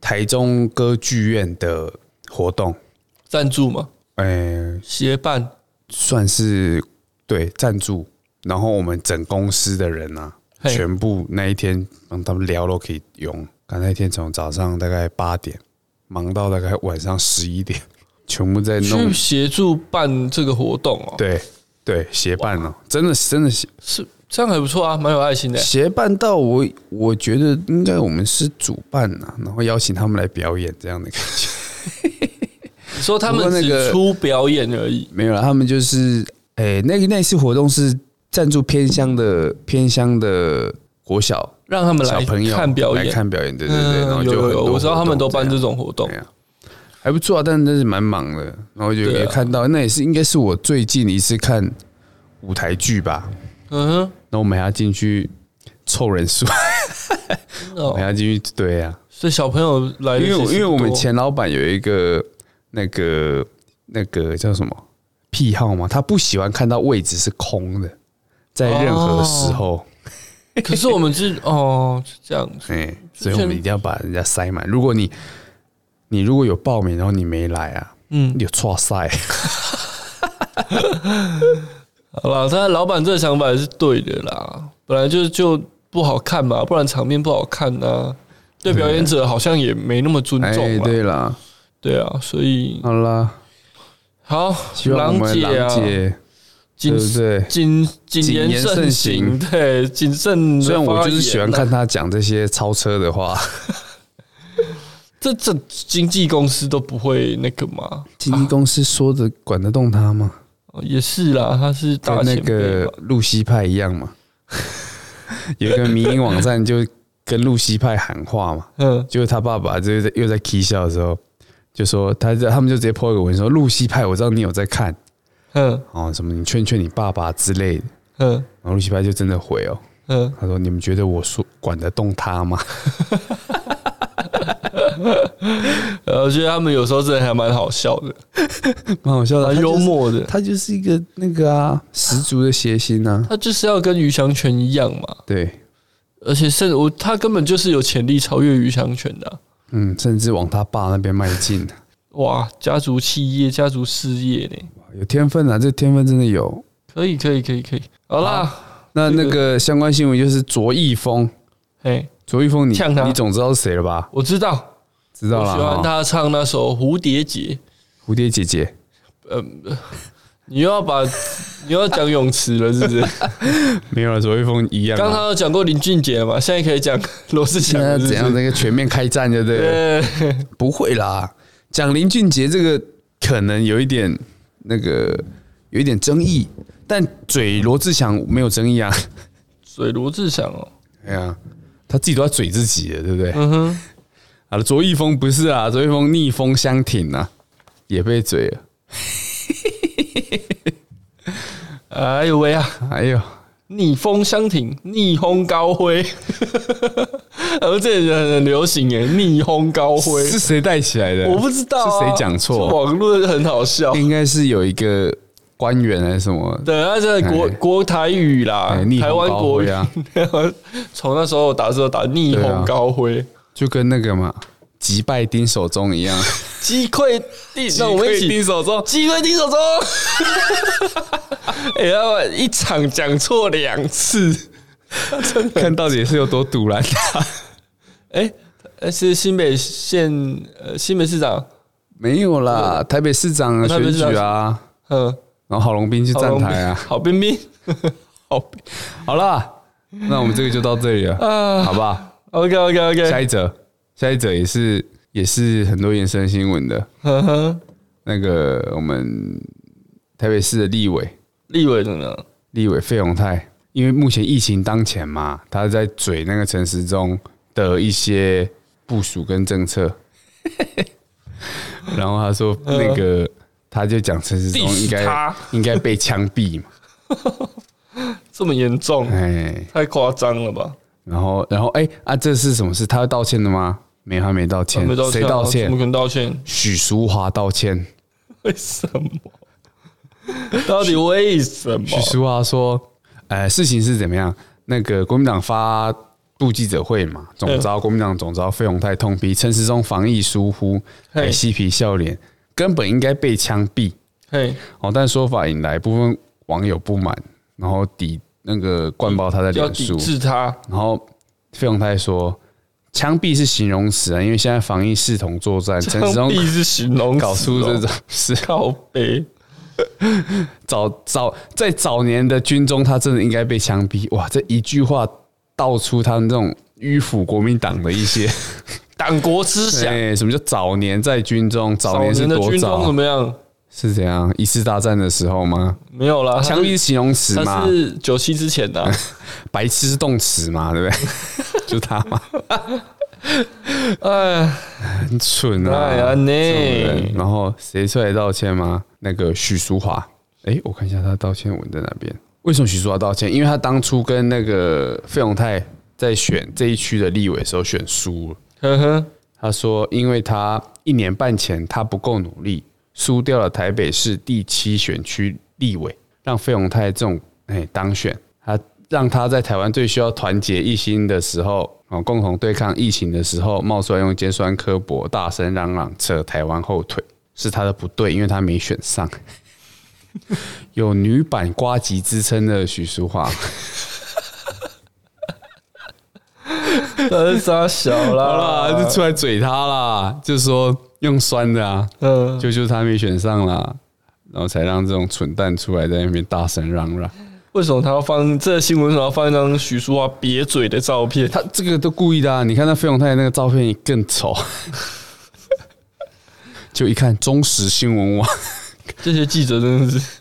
台中歌剧院的活动，赞助嘛，哎、协办算是对赞助，然后我们整公司的人啊，嘿全部那一天让他们聊都可以用。刚那一天从早上大概八点忙到大概晚上十一点， [laughs] 全部在弄去协助办这个活动哦， [laughs] 对对，协办哦，真的真的协是这样还不错啊，蛮有爱心的。协办到我，我觉得应该我们是主办呐、然后邀请他们来表演这样的感觉。你说他不们过那只个出表演而已，没有了，他们就是哎、那个那次活动是赞助偏乡的偏乡的国小让他们小来朋友看表来演。看表演，对对对，嗯然后就有很多有有，我知道他们都办这活种活动动这样，。对啊还不错啊，但真是蛮忙的。然后就对啊也看到，那也是应该是我最近一次看舞台剧吧。嗯然后我们还要进去凑人数，哼，我们哦， [laughs] 还要进去对呀、所以小朋友来的哎因为其我实因为我们不多前老板有一个那个那个叫什么癖好嘛，他不喜欢看到位置是空的，在任何时候， [laughs] 可是我们是哦是这样子，哎、所以我们一定要把人家塞满。如果你你如果有报名，然后你没来啊，嗯，有错塞，好啦，但老板这个想法也是对的啦，本来就就不好看嘛，不然场面不好看呐、啊对表演者好像也没那么尊哎、重嘛，对啦，对啊，所以好啦，好，希望我们姐郎啊，姐对谨不对？谨谨谨言言慎慎行，行对，谨慎。虽然我就是喜欢，看他讲这些超车的话，这这经纪公司都不会那个嘛， [laughs] 经纪公司说的管得动他吗？哦也是啦，他是大跟那前辈个吧，露西派一样 [laughs] 嘛，有一个民营网站就跟露西派喊话嘛，嗯，就是他爸爸就是在又在 K 笑的时候，就说他在他们就直接 po 一个文说露西派，我知道你有在看嗯哦，什么你劝劝你爸爸之类的，嗯然后露西派就真的回哦，嗯，他说你们觉得我说管得动他吗？ [laughs] 呃，我觉得他们有时候真的还蛮好笑的，蛮好笑的，蛮他就是啊幽，默的。他就是一个那个啊十足的邪心啊，他就是要跟于祥全一样嘛，对，而且甚我他根本就是有潜力超越于祥全的啊、嗯，甚至往他爸那边迈进，哇，家族企业、家族事业呢，有天分啊，这天分真的有。可以可以可以可以，好啦，那那个相关新闻就是卓一峰， [laughs] 哎，卓一峰你呛他你总知道是谁了吧？我知道，知道我喜欢了哈，他唱那首《蝴蝶结蝴蝶姐姐，》。你又 [laughs] 要把你又要讲泳池了，是不是？没有了，卓一峰一样啊。刚刚有讲过林俊杰嘛，现在可以讲罗志现祥在了，是不怎样是？那个全面开战，对不对？呃，不会啦，讲林俊杰这个可能有一点那个有一点争议，但嘴罗志祥没有争议啊。嘴罗志祥哦，哎呀，他自己都要嘴自己了，对不对？嗯哼，好了，卓一峰不是啊，卓一峰逆风相挺啊，也被嘴了。哎呦喂啊，哎呦，逆风相挺，逆风高 [laughs] 飞，然后这人很流行哎，逆风高飞，是谁带起来的？我不知道啊、是谁讲错这网络很好笑。应该是有一个官员还是什么，对，那这国哎国台语啦哎，逆台风湾高国语 [laughs] 飞啊，从那时候打字都打逆对啊风高飞。就跟那个嘛击败丁守中一样， [laughs] 击溃地，那我们一击溃起丁守中，击溃丁守中。 [laughs] 哎、要不然一场讲错两次，看到底是有多堵然。哎、呃是新北县呃新北市长， [laughs] 没有啦，台北市长台北选市长举啊，嗯，然后郝龙斌去站台 [laughs] 啊。好冰冰，好冰好啦，那我们这个就到这里了，啊好不好？ [laughs] ，OK OK 下 OK，一则下一则也是也是很多延伸新闻的，呵呵，那个我们台北市的立委立委怎么样？立委费鸿泰，因为目前疫情当前嘛，他在嘴那个陈时中的一些部署跟政 [laughs] 策，然后他说那个他就讲陈时中 Diss 应该呃他应该被枪毙嘛，这么严重，哎，太夸张了吧？然后然后哎、啊，这是什么事？他道歉的吗？没有，他没道歉没，道谁歉啊，道怎歉么？可能道歉？许淑华道歉。为什么？到底为什么？许淑华说：“呃，事情是怎么样？那个国民党发布记者会嘛，总召国民党总召费鸿泰痛批陈时中防疫疏忽，嘿还嬉皮笑脸，根本应该被枪毙。嘿，哦，但说法引来部分网友不满，然后抵那个灌爆他的要脸抵书，制他，然后费鸿泰说。”枪毙是形容词啊，因为现在防疫视同作战，陈时中必是形容词哦搞出这种事，靠背，早早在早年的军中，他真的应该被枪毙。哇，这一句话道出他们这种迂腐国民党的一些。党国思 [laughs] 想。哎，什么叫早年在军中？早年是的多军中怎早？么样？是怎样？一次大战的时候吗？没有啦，枪毙是形容词他嘛他？是九七之前的啊白痴是动词嘛？对不对？ [laughs] 就他嘛，哎，很蠢啊！哎呀这种人你，然后谁出来道歉吗？那个许淑华。哎、我看一下他道歉文在哪边。为什么许淑华道歉？因为他当初跟那个费永泰在选这一区的立委的时候选输了。呵呵，他说，因为他一年半前他不够努力，输掉了台北市第七选区立委，让费永泰这种哎、当选，他让他在台湾最需要团结一心的时候，哦，共同对抗疫情的时候，冒出来用尖酸刻薄、大声嚷嚷扯台湾后腿，是他的不对，因为他没选上。 [laughs] 有女版瓜吉之称的许淑华，那是傻小好啦，啦，就出来嘴他啦，就说用酸的啊，嗯， [laughs] 就就他没选上啦，然后才让这种蠢蛋出来在那边大声嚷嚷。为什么他要放这个新闻？为什么要放一张许淑华瘪嘴的照片？ [laughs] 他这个都故意的啊！你看那费永泰那个照片更丑， [laughs] 就一看忠实新闻网，这些记者真 [laughs] 的是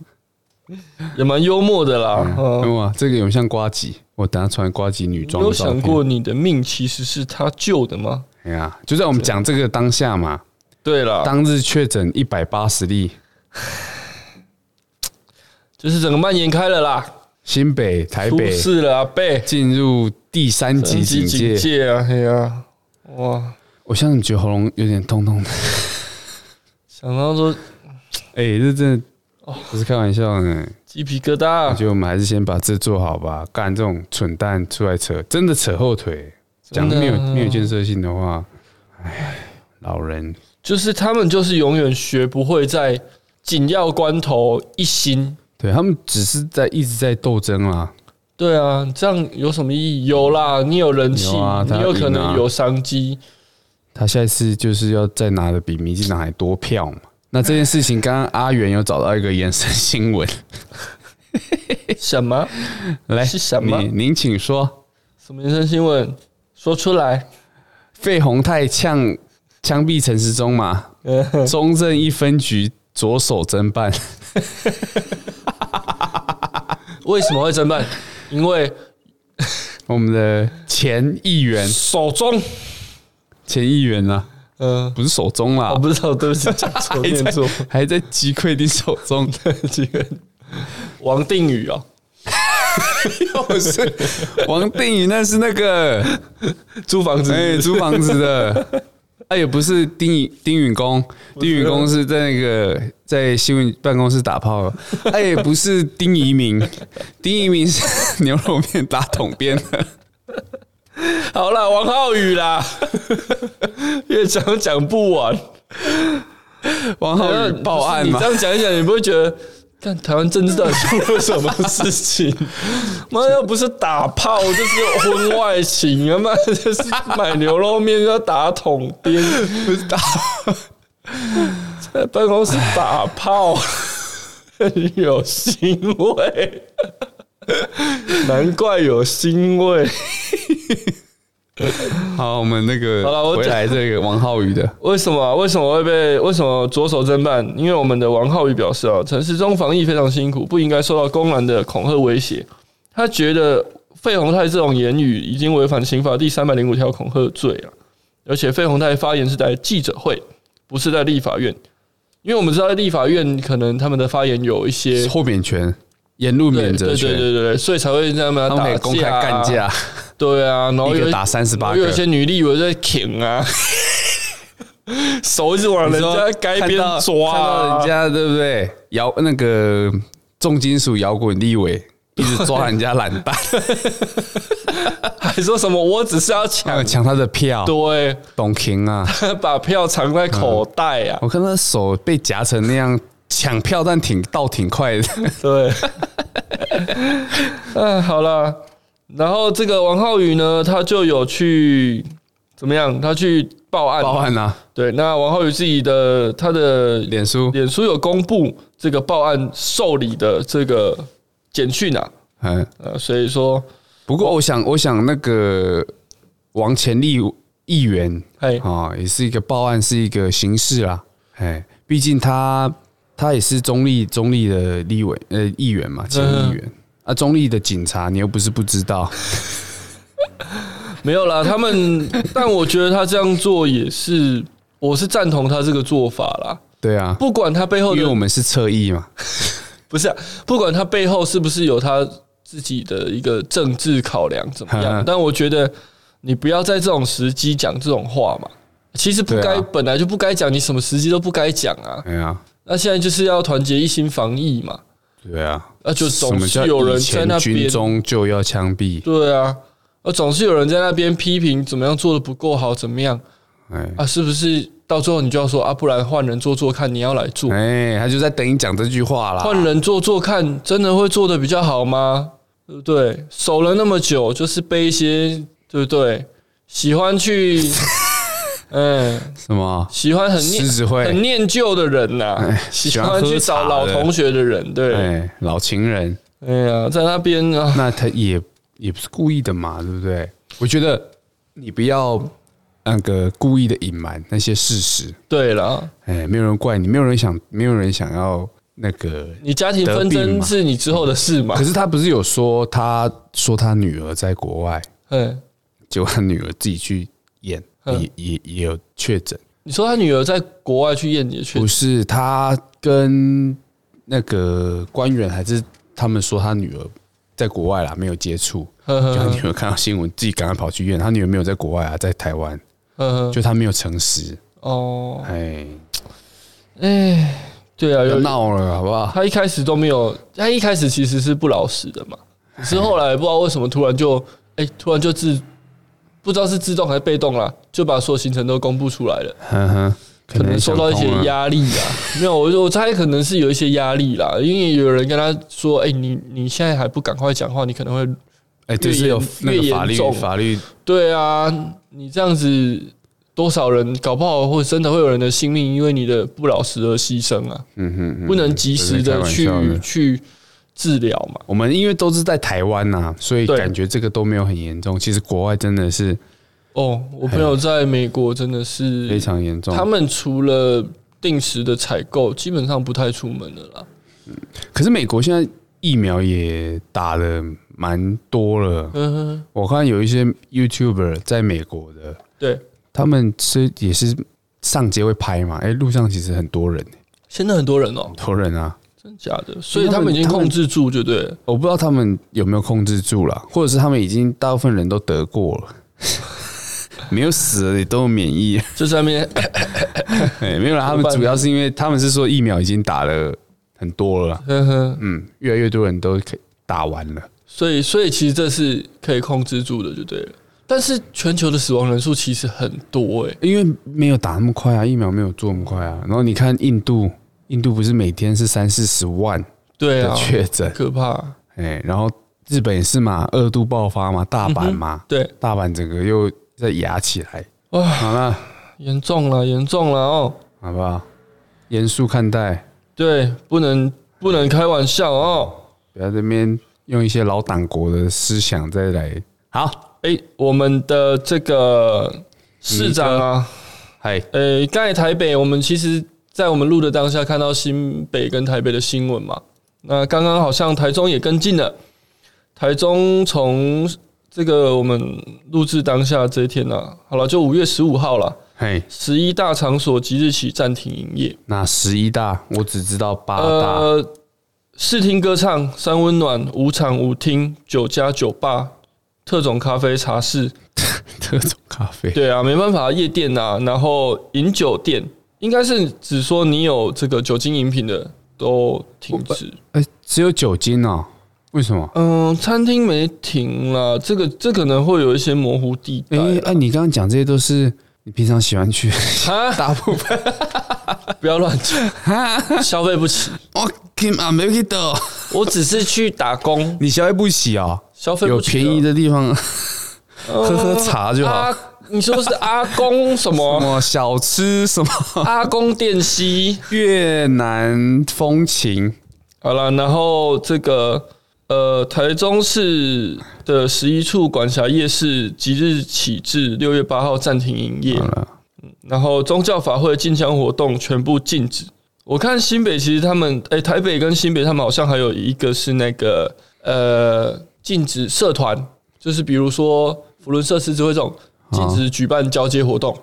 也蛮幽默的啦，嗯，哇，这个有像瓜吉，我等下传瓜吉女你装有的照想片。过你的命其实是他救的吗？哎呀，就在我们讲这个当下嘛，对啦，当日确诊一百八十例，就是整个蔓延开了啦，新北、台出北事了啊，被进入第三级警戒。戒啊，嘿啊，哇，我现在觉得喉咙有点痛痛的，想到说哎、这真的哦不是开玩笑呢、鸡皮疙瘩啊我，觉得我们还是先把这做好吧。干这种蠢蛋出来扯，真的扯后腿，讲真的啊没有没有建设性的话，哎，老人就是他们就是永远学不会在紧要关头一心。对他们只是在一直在斗争啦。对啊，这样有什么意义？有啦，你有人气，有啊他你有可赢啊能有商机。他下一次就是要再拿的比民进党还多票嘛。那这件事情，刚刚阿元有找到一个延伸新闻， [laughs] 什么来，是什么你您请说。什么延伸新闻？说出来。费鸿泰呛枪毙陈时中嘛，呃嗯中正一分局着手侦办。 [laughs] 为什么会侦办？因为我们的前议员，手中，前议员啊，嗯、不是手中啦，我不知道，对不起，讲错念错。 [laughs] 还在击溃你手 [laughs] 中的这个王定宇哦，又是王定宇，那是那个 [laughs] 租房子，哎租房子 [laughs] 的，他也不是丁宇丁允恭，丁允恭是在那个在新闻办公室打炮的，他也不是丁移 [laughs] 民，丁移民是牛肉面打桶边的，好啦，王浩 [laughs] 宇啦，越讲讲不完。王浩宇报案你嘛这？样讲一讲，你不会觉得，看台湾政治到底出了什么事 [laughs] 情？妈，要不是打炮，就是婚外情啊！妈，就是买牛肉面要打桶边，不是打，在办公室打炮， [laughs] 很有腥味，难怪有腥味。好，我们那个好了我回来这个王浩宇的，为什么啊、为什么会被？为什么左手侦办？因为我们的王浩宇表示啊，陈时中防疫非常辛苦，不应该受到公然的恐吓威胁。他觉得费鸿泰这种言语已经违反刑法第三百零五条恐吓罪了，而且费鸿泰发言是在记者会，不是在立法院。因为我们知道立法院可能他们的发言有一些豁免权、言论对免责对对对权，对对，所以才会让他们他们可打以公开干架啊，架，对啊，然后一有个一打三十八我有一个。些女力我在挺啊，手一直往人家街边抓、看到啊，人家对不对？摇那个重金属摇滚立伟 [laughs] 一直抓人家懒蛋， [laughs] 还说什么我只是 [laughs] 要抢，抢他的票，对，董卿啊，把票藏在口嗯袋啊，我看他手被夹成那样，抢票但挺倒挺 [laughs] 快的。对，嗯，好了，然后这个王浩宇呢，他就有去怎么样？他去报案，包含啊，对，那王浩宇自己的他的脸书，脸书有公布这个报案受理的这个简讯啊，嗯，呃，所以说，不过我想，我想那个王前立议员哎，啊、也是一个报案，是一个形式啦。哎，毕竟他他也是中立中立的立委呃议员嗯嘛，前议员、啊，中立的警察你又不是不知道，没有啦，他们，但我觉得他这样做也是，我是赞同他这个做法啦。对啊，不管他背后因为我的们是侧翼嘛，不是啊、不管他背后是不是有他自己的一个政治考量怎么嗯样，但我觉得你不要在这种时机讲这种话嘛。其实不对啊该，本来就不该讲，你什么时机都不该讲啊。对啊，那现在就是要团结一心防疫嘛，对啊，那就什总么是叫有人以在前那军边中就要枪毙？对啊，呃，总是有人在那边批评怎么样做的不够好，怎么样哎啊？是不是到最后你就要说啊，不然换人做做看，你要来做，哎，他就在等你讲这句话啦。嗯换人做做看，真的会做的比较好吗？对不对？守了那么久，就是背一些，对不对？喜 [laughs] 欢去，嗯，什么？喜欢很念狮子会很念旧的人呐、哎喜喜欢欢去喝找茶老的同学的人，对，哎，老情人，哎呀，在那边 [laughs] 啊，那他也也不是故意的嘛，对不对？我觉得你不要那个故意的隐瞒那些事实，对了，哎，没有人怪你，没有人想，没有人想要那 [laughs] 个。你家庭得纷病争嘛是你之后的事嘛可，是他不是有说，他说他女儿在国外，嗯。结果他女儿自己去验，嗯也也也有确诊，你说他女儿在国外去验你的确不是他跟那个官员还是他们说他女儿在国外啦，没有接触，呵就呵他呵女儿看到新闻，自己赶快跑去验，他女儿没有在国外啊，在台湾。呵呵就他没有诚实，哦，哎，哎，对啊，不要有闹了好不好？他一开始都没有，他一开始其实是不老实的嘛，哎只是后来不知道为什么突然就哎、突然就自不知道是自动还是被动啦，就把所有行程都公布出来了，哼哼，可可能受到一些想通了，压力啊。没有，我我猜可能是有一些压力啦，因为有人跟他说，哎、你你现在还不赶快讲话，你可能会哎，这是越有严那越个严法律重法律，对啊，你这样子，多少人搞不好会真的会有人的性命因为你的不老实而牺牲啊，嗯哼，嗯不能及时的去这是开玩笑的去治疗嘛。我们因为都是在台湾呐，所以对感觉这个都没有很严重。其实国外真的是哦，我朋友在美国真的是非，常严重他。们除了定时的采购，基本上不太出门的啦。可是美国现在疫苗也打的蛮多了，嗯哼，我看有一些 YouTuber 在美国的，对，他们是也是上街会拍嘛，哎，路上其实很多人，现在很多人哦很，多人啊，真假的，所以他们已经控制住，就对了。我不知道他们有没有控制住了，或者是他们已经大部分人都得过了， [laughs] 没有死的也都有免疫。 [laughs] 就在那边，哎没有啦，他怎们么办呢主要是因为他们是说疫苗已经打了很多了啦，呵呵，嗯，越来越多人都可以打完了。所以所以其实这是可以控制住的，就对了。但是全球的死亡人数其实很多欸诶、因为没有打那么快啊，疫苗没有做那么快啊。然后你看印度，印度不是每天是三四十万对的啊，确诊，可怕。哎，然后日本也是嘛，二度爆发嘛，大阪嘛，对，大阪整个又在压起来。哇好了，严重了，严重了哦。好不好？严肃看待。对，不能不能开玩笑哦。不要这边用一些老党国的思想再来。好，哎、我们的这个市长啊，嗨，呃、刚才台北，我们其实在我们录的当下看到新北跟台北的新闻嘛，那刚刚好像台中也跟进了，台中从这个我们录制当下这一天啊，好了，就五月十五号了，嘿，十一大场所即日起暂停营业，那十一大我只知道八 [laughs] 大，呃，试听歌唱、三温暖、五场舞厅、酒家酒吧、特种咖啡茶室，特种咖啡，对啊，没办法，夜店啊，然后饮酒店，应该是只说你有这个酒精饮品的都停止。哎，只有酒精哦，为什么？嗯，餐厅没停啦，这个这可能会有一些模糊地带哎，哎，你刚刚讲这些都是你平常喜欢 [laughs] 去啊，大部分 [laughs] 不要乱讲，消费不起。我根本哦啊没去到，我只是去打工，你消费不起哦，呃消费有不起啊便宜的的地方喝喝喝茶就好。啊，你说是阿公什什么？啊么小吃，什么阿公电西，越南风情，好了，然后这个呃，台中市的十一处管辖夜市即日起至六月八号暂停营业，然后宗教法会进香活动全部禁止。我看新北其实他们，哎、台北跟新北他们好像还有一个是那个呃，禁止社团，就是比如说福伦社、狮子会这种，禁止举办交接活动，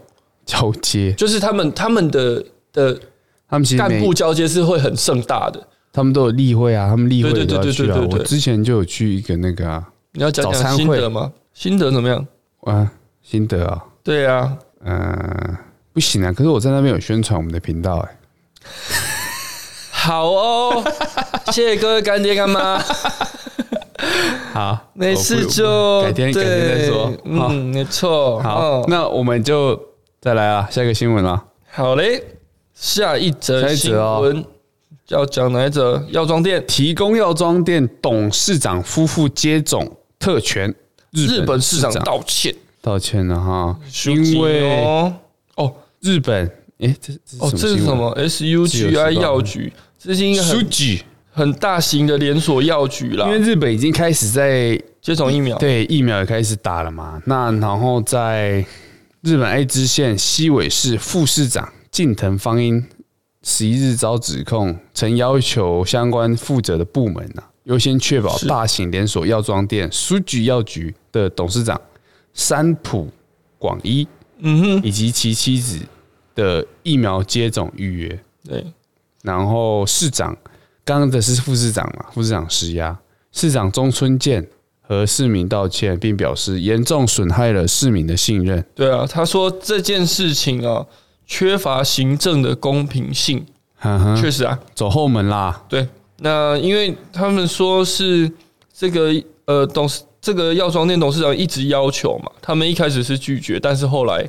交接，就是他们他们的的他们其实干每部交接是会很盛大的。他们都有例会啊，他们例会对对都要对对去啊对对。对我之前就有去一个那个啊，你要讲早讲餐心会得吗？心得怎么样？啊，新德啊，对啊，嗯，不行啊，可是我在那边有宣传我们的频道，哎，好 [laughs] 哦，谢谢各位干爹干哦妈，好，没事就改天改天再说对好嗯，没错，好哦，那我们就再来啊，下一个新闻啊，好嘞，下一下则一新则哦闻要讲哪一则？药妆店，提供药妆店董事长夫妇接种特权，日本市长市长道歉，道歉了哈，因为哦哦日本，哎，这哦，这是什么自由时？SUGI 报药局，这是一个很 g i 很大型的连锁药局啦因，为日本已经开始在接种疫苗，对疫苗也开始打了嘛，那然后在日本 A 知县西尾市副市长近藤芳英十一日遭指控，曾要求相关负责的部门啊，优先确保是大型连锁药妆店苏菊药局的董事长山浦广一嗯哼，以及其妻子的疫苗接种预约。对，然后市长刚刚的是副市长嘛，副市长施压，市长中村健和市民道歉，并表示严重损害了市民的信任。对啊，他说这件事情啊，缺乏行政的公平性，哈哈，确实啊，走后门啦，对。那因为他们说是这个呃董事这个药妆店董事长一直要求嘛，他们一开始是拒绝，但是后来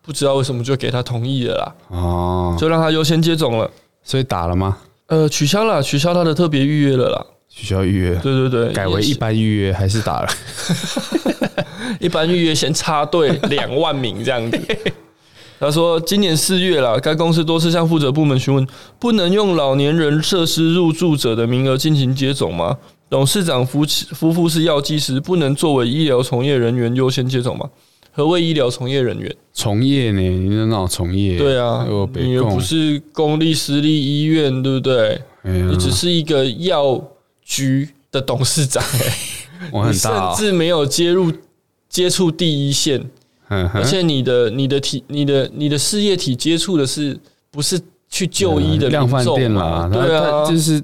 不知道为什么就给他同意了啦，哦，就让他优先接种了。所以打了吗？呃，取消了，取消他的特别预约了啦。取消预约，对对对，改为也一是般预约，还是打 [laughs] 了？一般预约先 [laughs] 插队两万名这样子。他说，今年四月啦，该公司多次向负责部门询问，不能用老年人设施入住者的名额进行接种吗？董事长夫妻夫妇是药剂师，不能作为医疗从业人员优先接种吗？何谓医疗从业人员？从业呢？你在闹从业？对啊我，你北又贡不，是公立私立医院，对不对？哎呀你只是一个药局的董事长、我你很甚大哦，至没有接入接触第一线，嗯哼而且你的你的体你的你的事业体接触的是不是去就医的嗯量民贩众店嘛啦，对他啊他，就是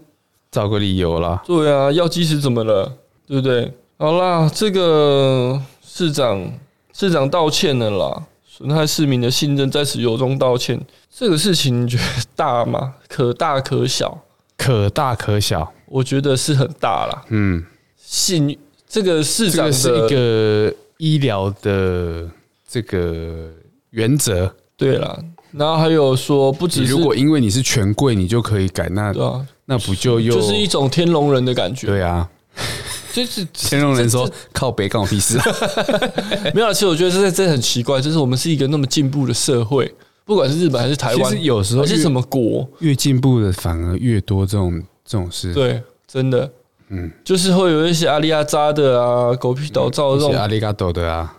找个理由啦。对啊，药剂师怎么了？对不对？好啦，这个市长市长道歉了啦，损害市民的信任，在此由衷道歉。这个事情你觉得大吗？ [laughs] 可大可小，可大可小，我觉得是很大啦。嗯，信这个市这长个的是一个医疗的这个原则。对啦，然后还有说不只是如果因为你是权贵，你就可以改，那对啊，那不就又就是一种天龙人的感觉，对啊？就是乾隆人说靠北干我屁 [laughs] 事，啊没有，其实我觉得这这很奇怪，就是我们是一个那么进步的社会，不管是日本还是台其湾实，有时候还是越什么国，越进步的反而越多这种这种事。对，真的。嗯，就是会有一些阿里阿扎的啊、狗屁倒灶这是种阿里嘎多的啊，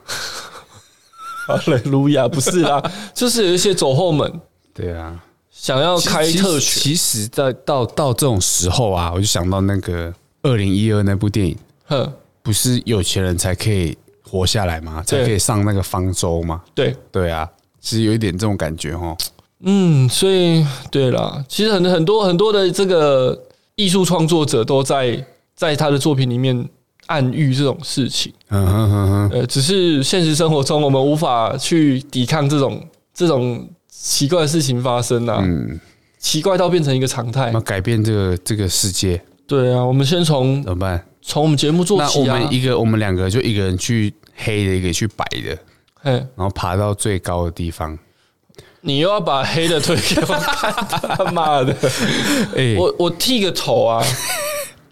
阿雷路亚不是啦，就是有一些走后门，对啊，想要开其实特权，其实在到到这种时候啊，我就想到那个二零一二那部电影，哼，不是有钱人才可以活下来吗？才对可以上那个方舟吗？对，对啊，其实有一点这种感觉哦。嗯，所以对啦，其实很很多很多的这个艺术创作者都在在他的作品里面暗喻这种事情，嗯哼哼哼，呃，只是现实生活中我们无法去抵抗这种这种奇怪的事情发生啊，嗯，奇怪到变成一个常态那。改变这个这个世界对啊，我们先从怎么办？从我们节目做那我起啊们，一个我们两个就一个人去黑的，一个去白的，嘿，然后爬到最高的地 [coughs] 方。你又要把黑的推给我看， [laughs] 他 [laughs] 妈的！哎、我我剃个头啊！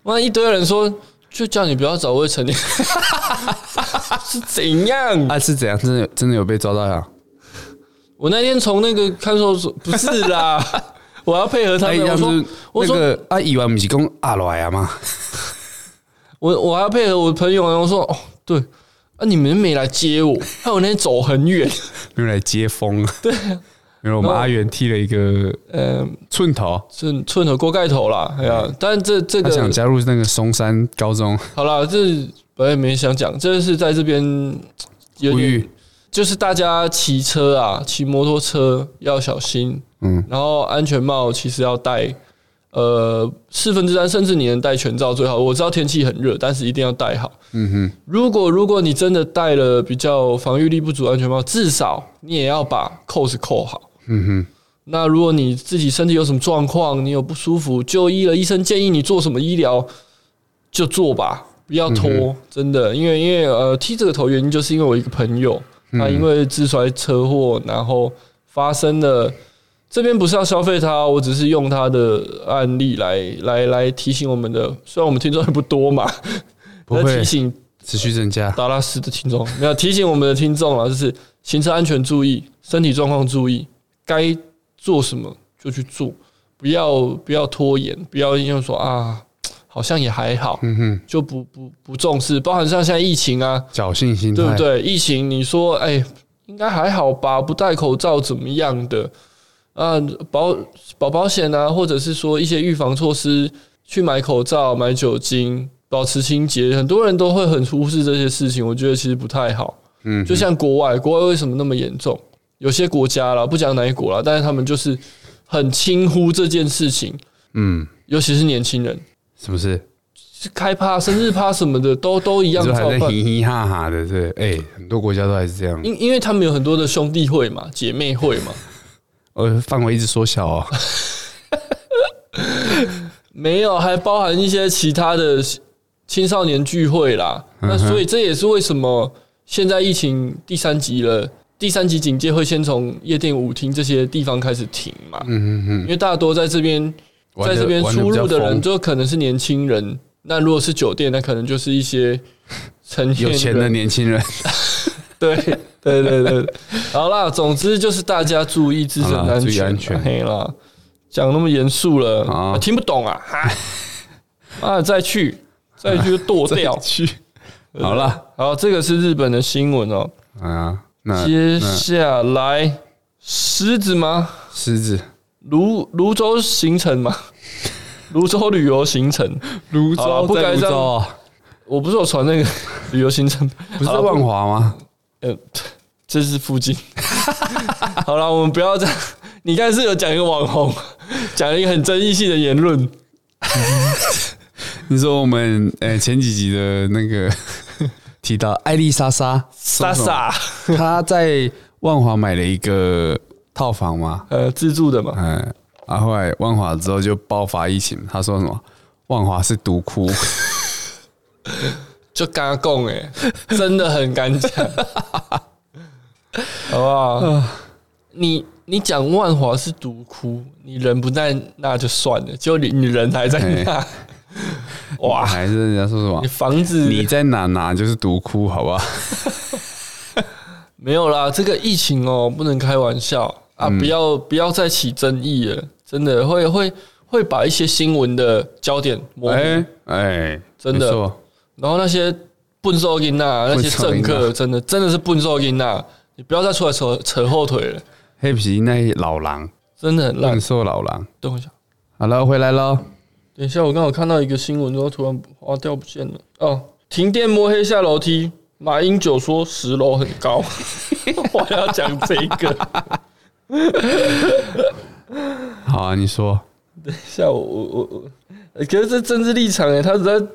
妈一堆人说，就叫你不要找未成年， [laughs] 是怎样？啊是怎样？真的真的有被抓到啊呀？我那天从那个看守所，不是啦，我要配合他哎，们。要不我说是，我那说，个啊，以为不是讲阿来啊嘛？我我还要配合我朋友啊。我说，哦，对，啊，你们没来接我，还有那天走很远。 [laughs] 没有来接风。对、没有我们然后阿元剃了一个嗯，寸头，寸寸头锅盖头啦，哎呀，但这这嗯他想个加入那个松山高中好啦，这本来没想讲，这是在这边有呼点吁，就是大家骑车啊，骑摩托车要小心，嗯，然后安全帽其实要戴，呃，四分之三，甚至你能戴全罩最好。我知道天气很热，但是一定要戴好。嗯哼，如果如果你真的戴了比较防御力不足的安全帽，至少你也要把扣子扣好。嗯那如果你自己身体有什么状况，你有不舒服就医了，医生建议你做什么医疗就做吧，不要嗯拖，真的，因为因为呃剃这个头原因就是因为我一个朋友，嗯他因为自摔车祸，然后发生了。这边不是要消费他，我只是用他的案例来来来提醒我们的，虽然我们听众也不多嘛，哼，不来会提醒持续增加。达拉斯的听众，没有提醒我们的听众啊，就是行车安全注意，身体状况注意，该做什么就去做，不要不要拖延，不要因为说啊，好像也还好，嗯哼，就不不不重视，包含像现在疫情啊，侥幸心态，对不对？疫情你说，哎、应该还好吧？不戴口罩怎么样的？啊，保保保险啊，或者是说一些预防措施，去买口罩、买酒精，保持清洁，很多人都会很忽视这些事情。我觉得其实不太好。嗯哼，就像国外，国外为什么那么严重？有些国家啦，不讲哪一国啦，但是他们就是很轻忽这件事情，嗯，尤其是年轻人，是不是？是开趴、生日趴什么的，都都一样就照还在办。嘻嘻哈哈的，对，哎、很多国家都还是这样，因因为他们有很多的兄弟会嘛、姐妹会 [laughs] 嘛，呃，范围一直缩小哦。没有，还包含一些其他的青少年聚会啦。嗯那所以这也是为什么现在疫情第三级了，第三级警戒会先从夜店、舞厅这些地方开始停嘛，嗯哼因为大多在这边哼，在这边玩得出入的人，玩得比较就可能是年轻人。那如果是酒店，那可能就是一些成年疯有人钱的年轻人，对对对对，好啦，总之就是大家注意自身好啦安注意全，安全嘿啦，讲那么严肃了，好啊听不懂啊， [laughs] 哈啊，再去再去就剁 [laughs] [laughs] 掉。去。好了，好，这个是日本的新闻哦。啊，那接下来狮子吗？狮子，泸泸州行程吗？ [laughs] 泸州旅游行程，泸好啦州不在该泸这州样哦，我不是有传那个 [laughs] 旅游行程，不是在好啦万华吗？呃，这是附近。 [laughs] 好了，我们不要再。你刚才是有讲一个网红，讲了一个很争议性的言论，你说我们呃前几集的那 [laughs] 个提到艾丽莎莎，莎莎，她在万华买了一个套房嘛，呃，自助的嘛，嗯，啊，后来万华之后就爆发疫情，她说什么？万华是毒窟，就刚供哎，真的很 [laughs] 敢讲，好不好？啊你你讲万华是独窟，你人不在那就算了，就你你人还在那，哇！还是人家说什么你？房子哎你在哪哪就是毒窟，好不好？没有啦，这个疫情哦，不能开玩笑啊！嗯不要不要再起争议了，真的会会会把一些新闻的焦点模糊。哎哎，真没的。错然后那些笨兽囡呐，那些政笨兽囡客，仔真的真的是笨兽囡呐，你不要再出来扯扯后腿了，黑皮那些老狼，真的很烂乱。说老狼。等我一下，好了，回来喽。等一下，我刚好看到一个新闻，然后突然花掉不见了。哦，停电摸黑下楼梯，马英九说十楼很高， [laughs] 我要讲这个。好啊，你说下我我我我，呃可是这政治立场哎、他只在。 [laughs]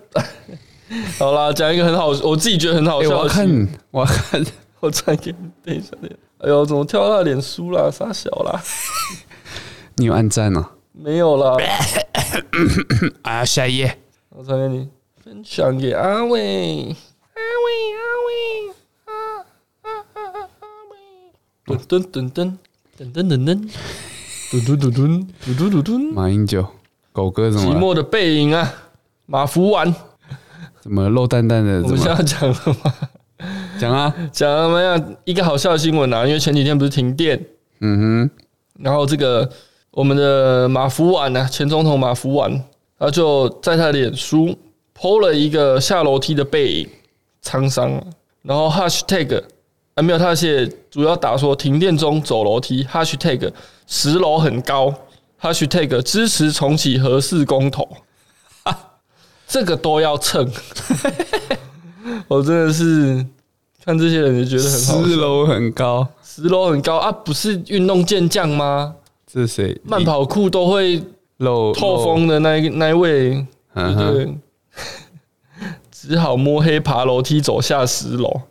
好啦，讲一个很好，我自己觉得很好哎、笑我要的新看闻、，我要看， [laughs] 我传给你，等一下，等一下。哎呦，怎么跳到他脸书啦？傻小啦，你有按赞哦。没有 [laughs] 啦，啊，下一页。我传给你，分享给阿伟，阿伟，阿伟，啊啊啊啊，阿伟，噔噔噔噔噔噔噔噔，嘟嘟嘟嘟嘟嘟嘟嘟，马英九，狗哥怎寂么了寞的背影啊，马福丸，怎么肉蛋蛋的？我怎们么现在了要讲了吗？讲 [laughs] 啊？讲了没有？一个好笑的新闻啊，因为前几天不是停电，嗯哼，然后这个我们的马福婉呢、前总统马福婉，他就在他的脸书 PO 了一个下楼梯的背影，沧桑啊，然后 hashtag 啊没有，他写主要打说停电中走楼梯，hashtag 十楼很高，hashtag 支持重启合适公投， [laughs] 这个都要蹭， [laughs] 我真的是看这些人就觉得很好笑，四楼很高，十楼很高啊，不是运动健将吗？这是谁？慢跑裤都会漏透，风的那一那一位，漏对嗯不哼，对？ [laughs] 只好摸黑爬楼梯走下十楼。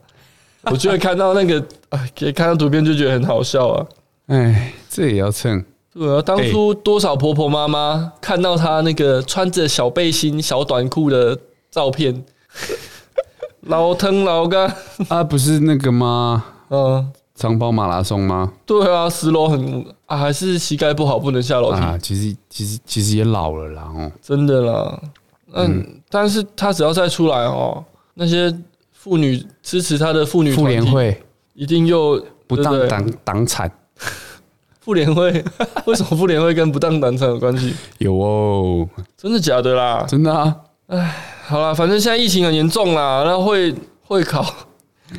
我觉得看到那个， [laughs] 哎，可以看到图片就觉得很好笑啊。哎，这也要蹭。对啊，当初多少婆婆妈妈看到她那个穿着小背心、小短裤的照片， [laughs] 老疼老干。啊，不是那个吗？嗯，长跑马拉松吗？对啊，十楼很啊，还是膝盖不好不能下楼梯。啊，其实其实其实也老了啦哦。真的啦。嗯，但是他只要再出来哦，那些妇女支持他的妇女妇团体联会一定又不对当对党党产妇联会， [laughs] 为什么妇联会跟不当党产有关系？有哦，真的假的啦？真的啊。好啦，反正现在疫情很严重啦，那会会考，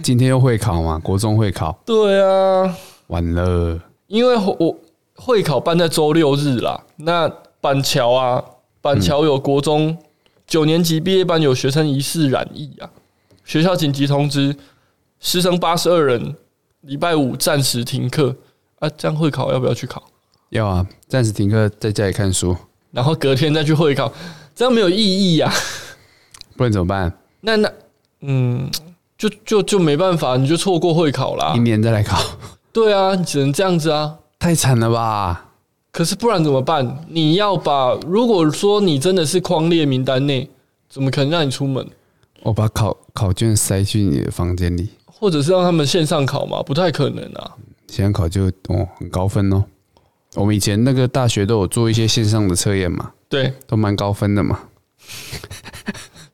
今天又会考嘛，国中会考对啊，完了，因为我会考办在周六日啦，那板桥啊，板桥有国中、九年级毕业班有学生疑似染疫啊，学校紧急通知，师生八十二人，礼拜五暂时停课啊，这样会考要不要去考？要啊，暂时停课，在家里看书，然后隔天再去会考，这样没有意义啊。不然怎么办？那那嗯，就就就没办法，你就错过会考啦明。年再来考，对啊，你只能这样子啊。太惨了吧？可是不然怎么办？你要把如果说你真的是框列名单内，怎么可能让你出门？我把考考卷塞去你的房间里，或者是让他们线上考嘛？不太可能啊。线上考就哦很高分哦。我们以前那个大学都有做一些线上的测验嘛，对，都蛮高分的嘛。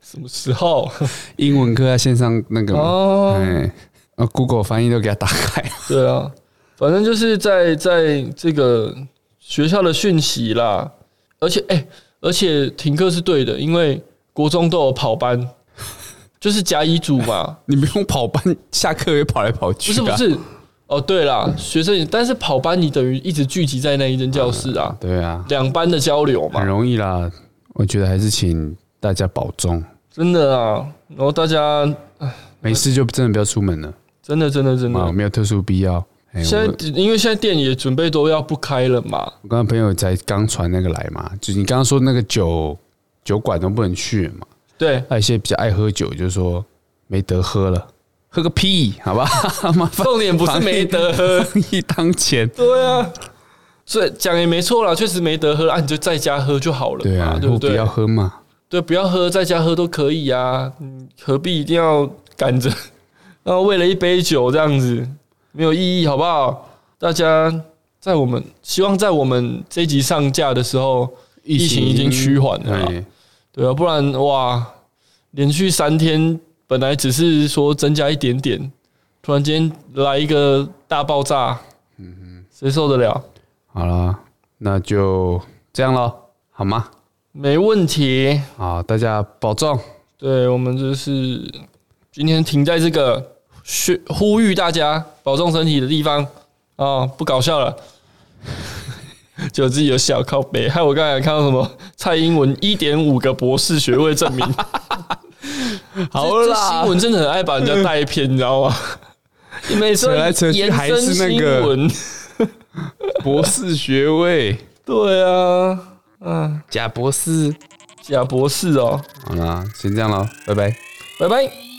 什么时候？英文课在啊线上那个嘛，哦，哎，啊，Google 翻译都给它打开，对啊，反正就是在在这个学校的讯息啦，而且哎、而且停课是对的，因为国中都有跑班，就是甲乙组嘛。你不用跑班，下课也跑来跑去、啊不是不，是，哦对啦，学生也，但是跑班你等于一直聚集在那一间教室啊，对啊，两班的交流嘛很。容易啦。我觉得还是请大家保重，真的啊，然后大家没事就真的不要出门了真的真的真啊，的，没有特殊必要。哎，现我在因为现在店也准备都要不开了嘛，我刚刚朋友才刚传那个来嘛，就是你刚刚说那个酒酒馆都不能去嘛，对，还有一些比较爱喝酒，就说没得喝了，喝个屁，好 [laughs] 吧，麻烦重点不是没得喝，一当前。对啊，所以讲也没错啦，确实没得喝啊，你就在家喝就好了对嘛，啊，对我不不对要？喝嘛，对，不要喝，在家喝都可以啊，你何必一定要赶着？ [laughs] 然后为了一杯酒这样子，没有意义，好不好？大家在我们希望在我们这一集上架的时候，疫情已经趋缓了啦哎对啊，不然哇，连续三天本来只是说增加一点点，突然间来一个大爆炸，嗯谁受得了？好啦，那就这样咯，好吗？没问题，好，大家保重，对，我们就是今天停在这个宣呼吁大家保重身体的地方啊、不搞笑了。 [laughs] 就自己有小靠背，害我刚才看到什么蔡英文一点五个博士学位证明，好这这新闻真的很爱把人家带偏，你知道吗？ [laughs] 你每次都扯来扯去延伸还是那个新闻，博士学位，对啊，嗯，假博士。贾博士哦，好啦，先这样喽，拜拜。拜拜。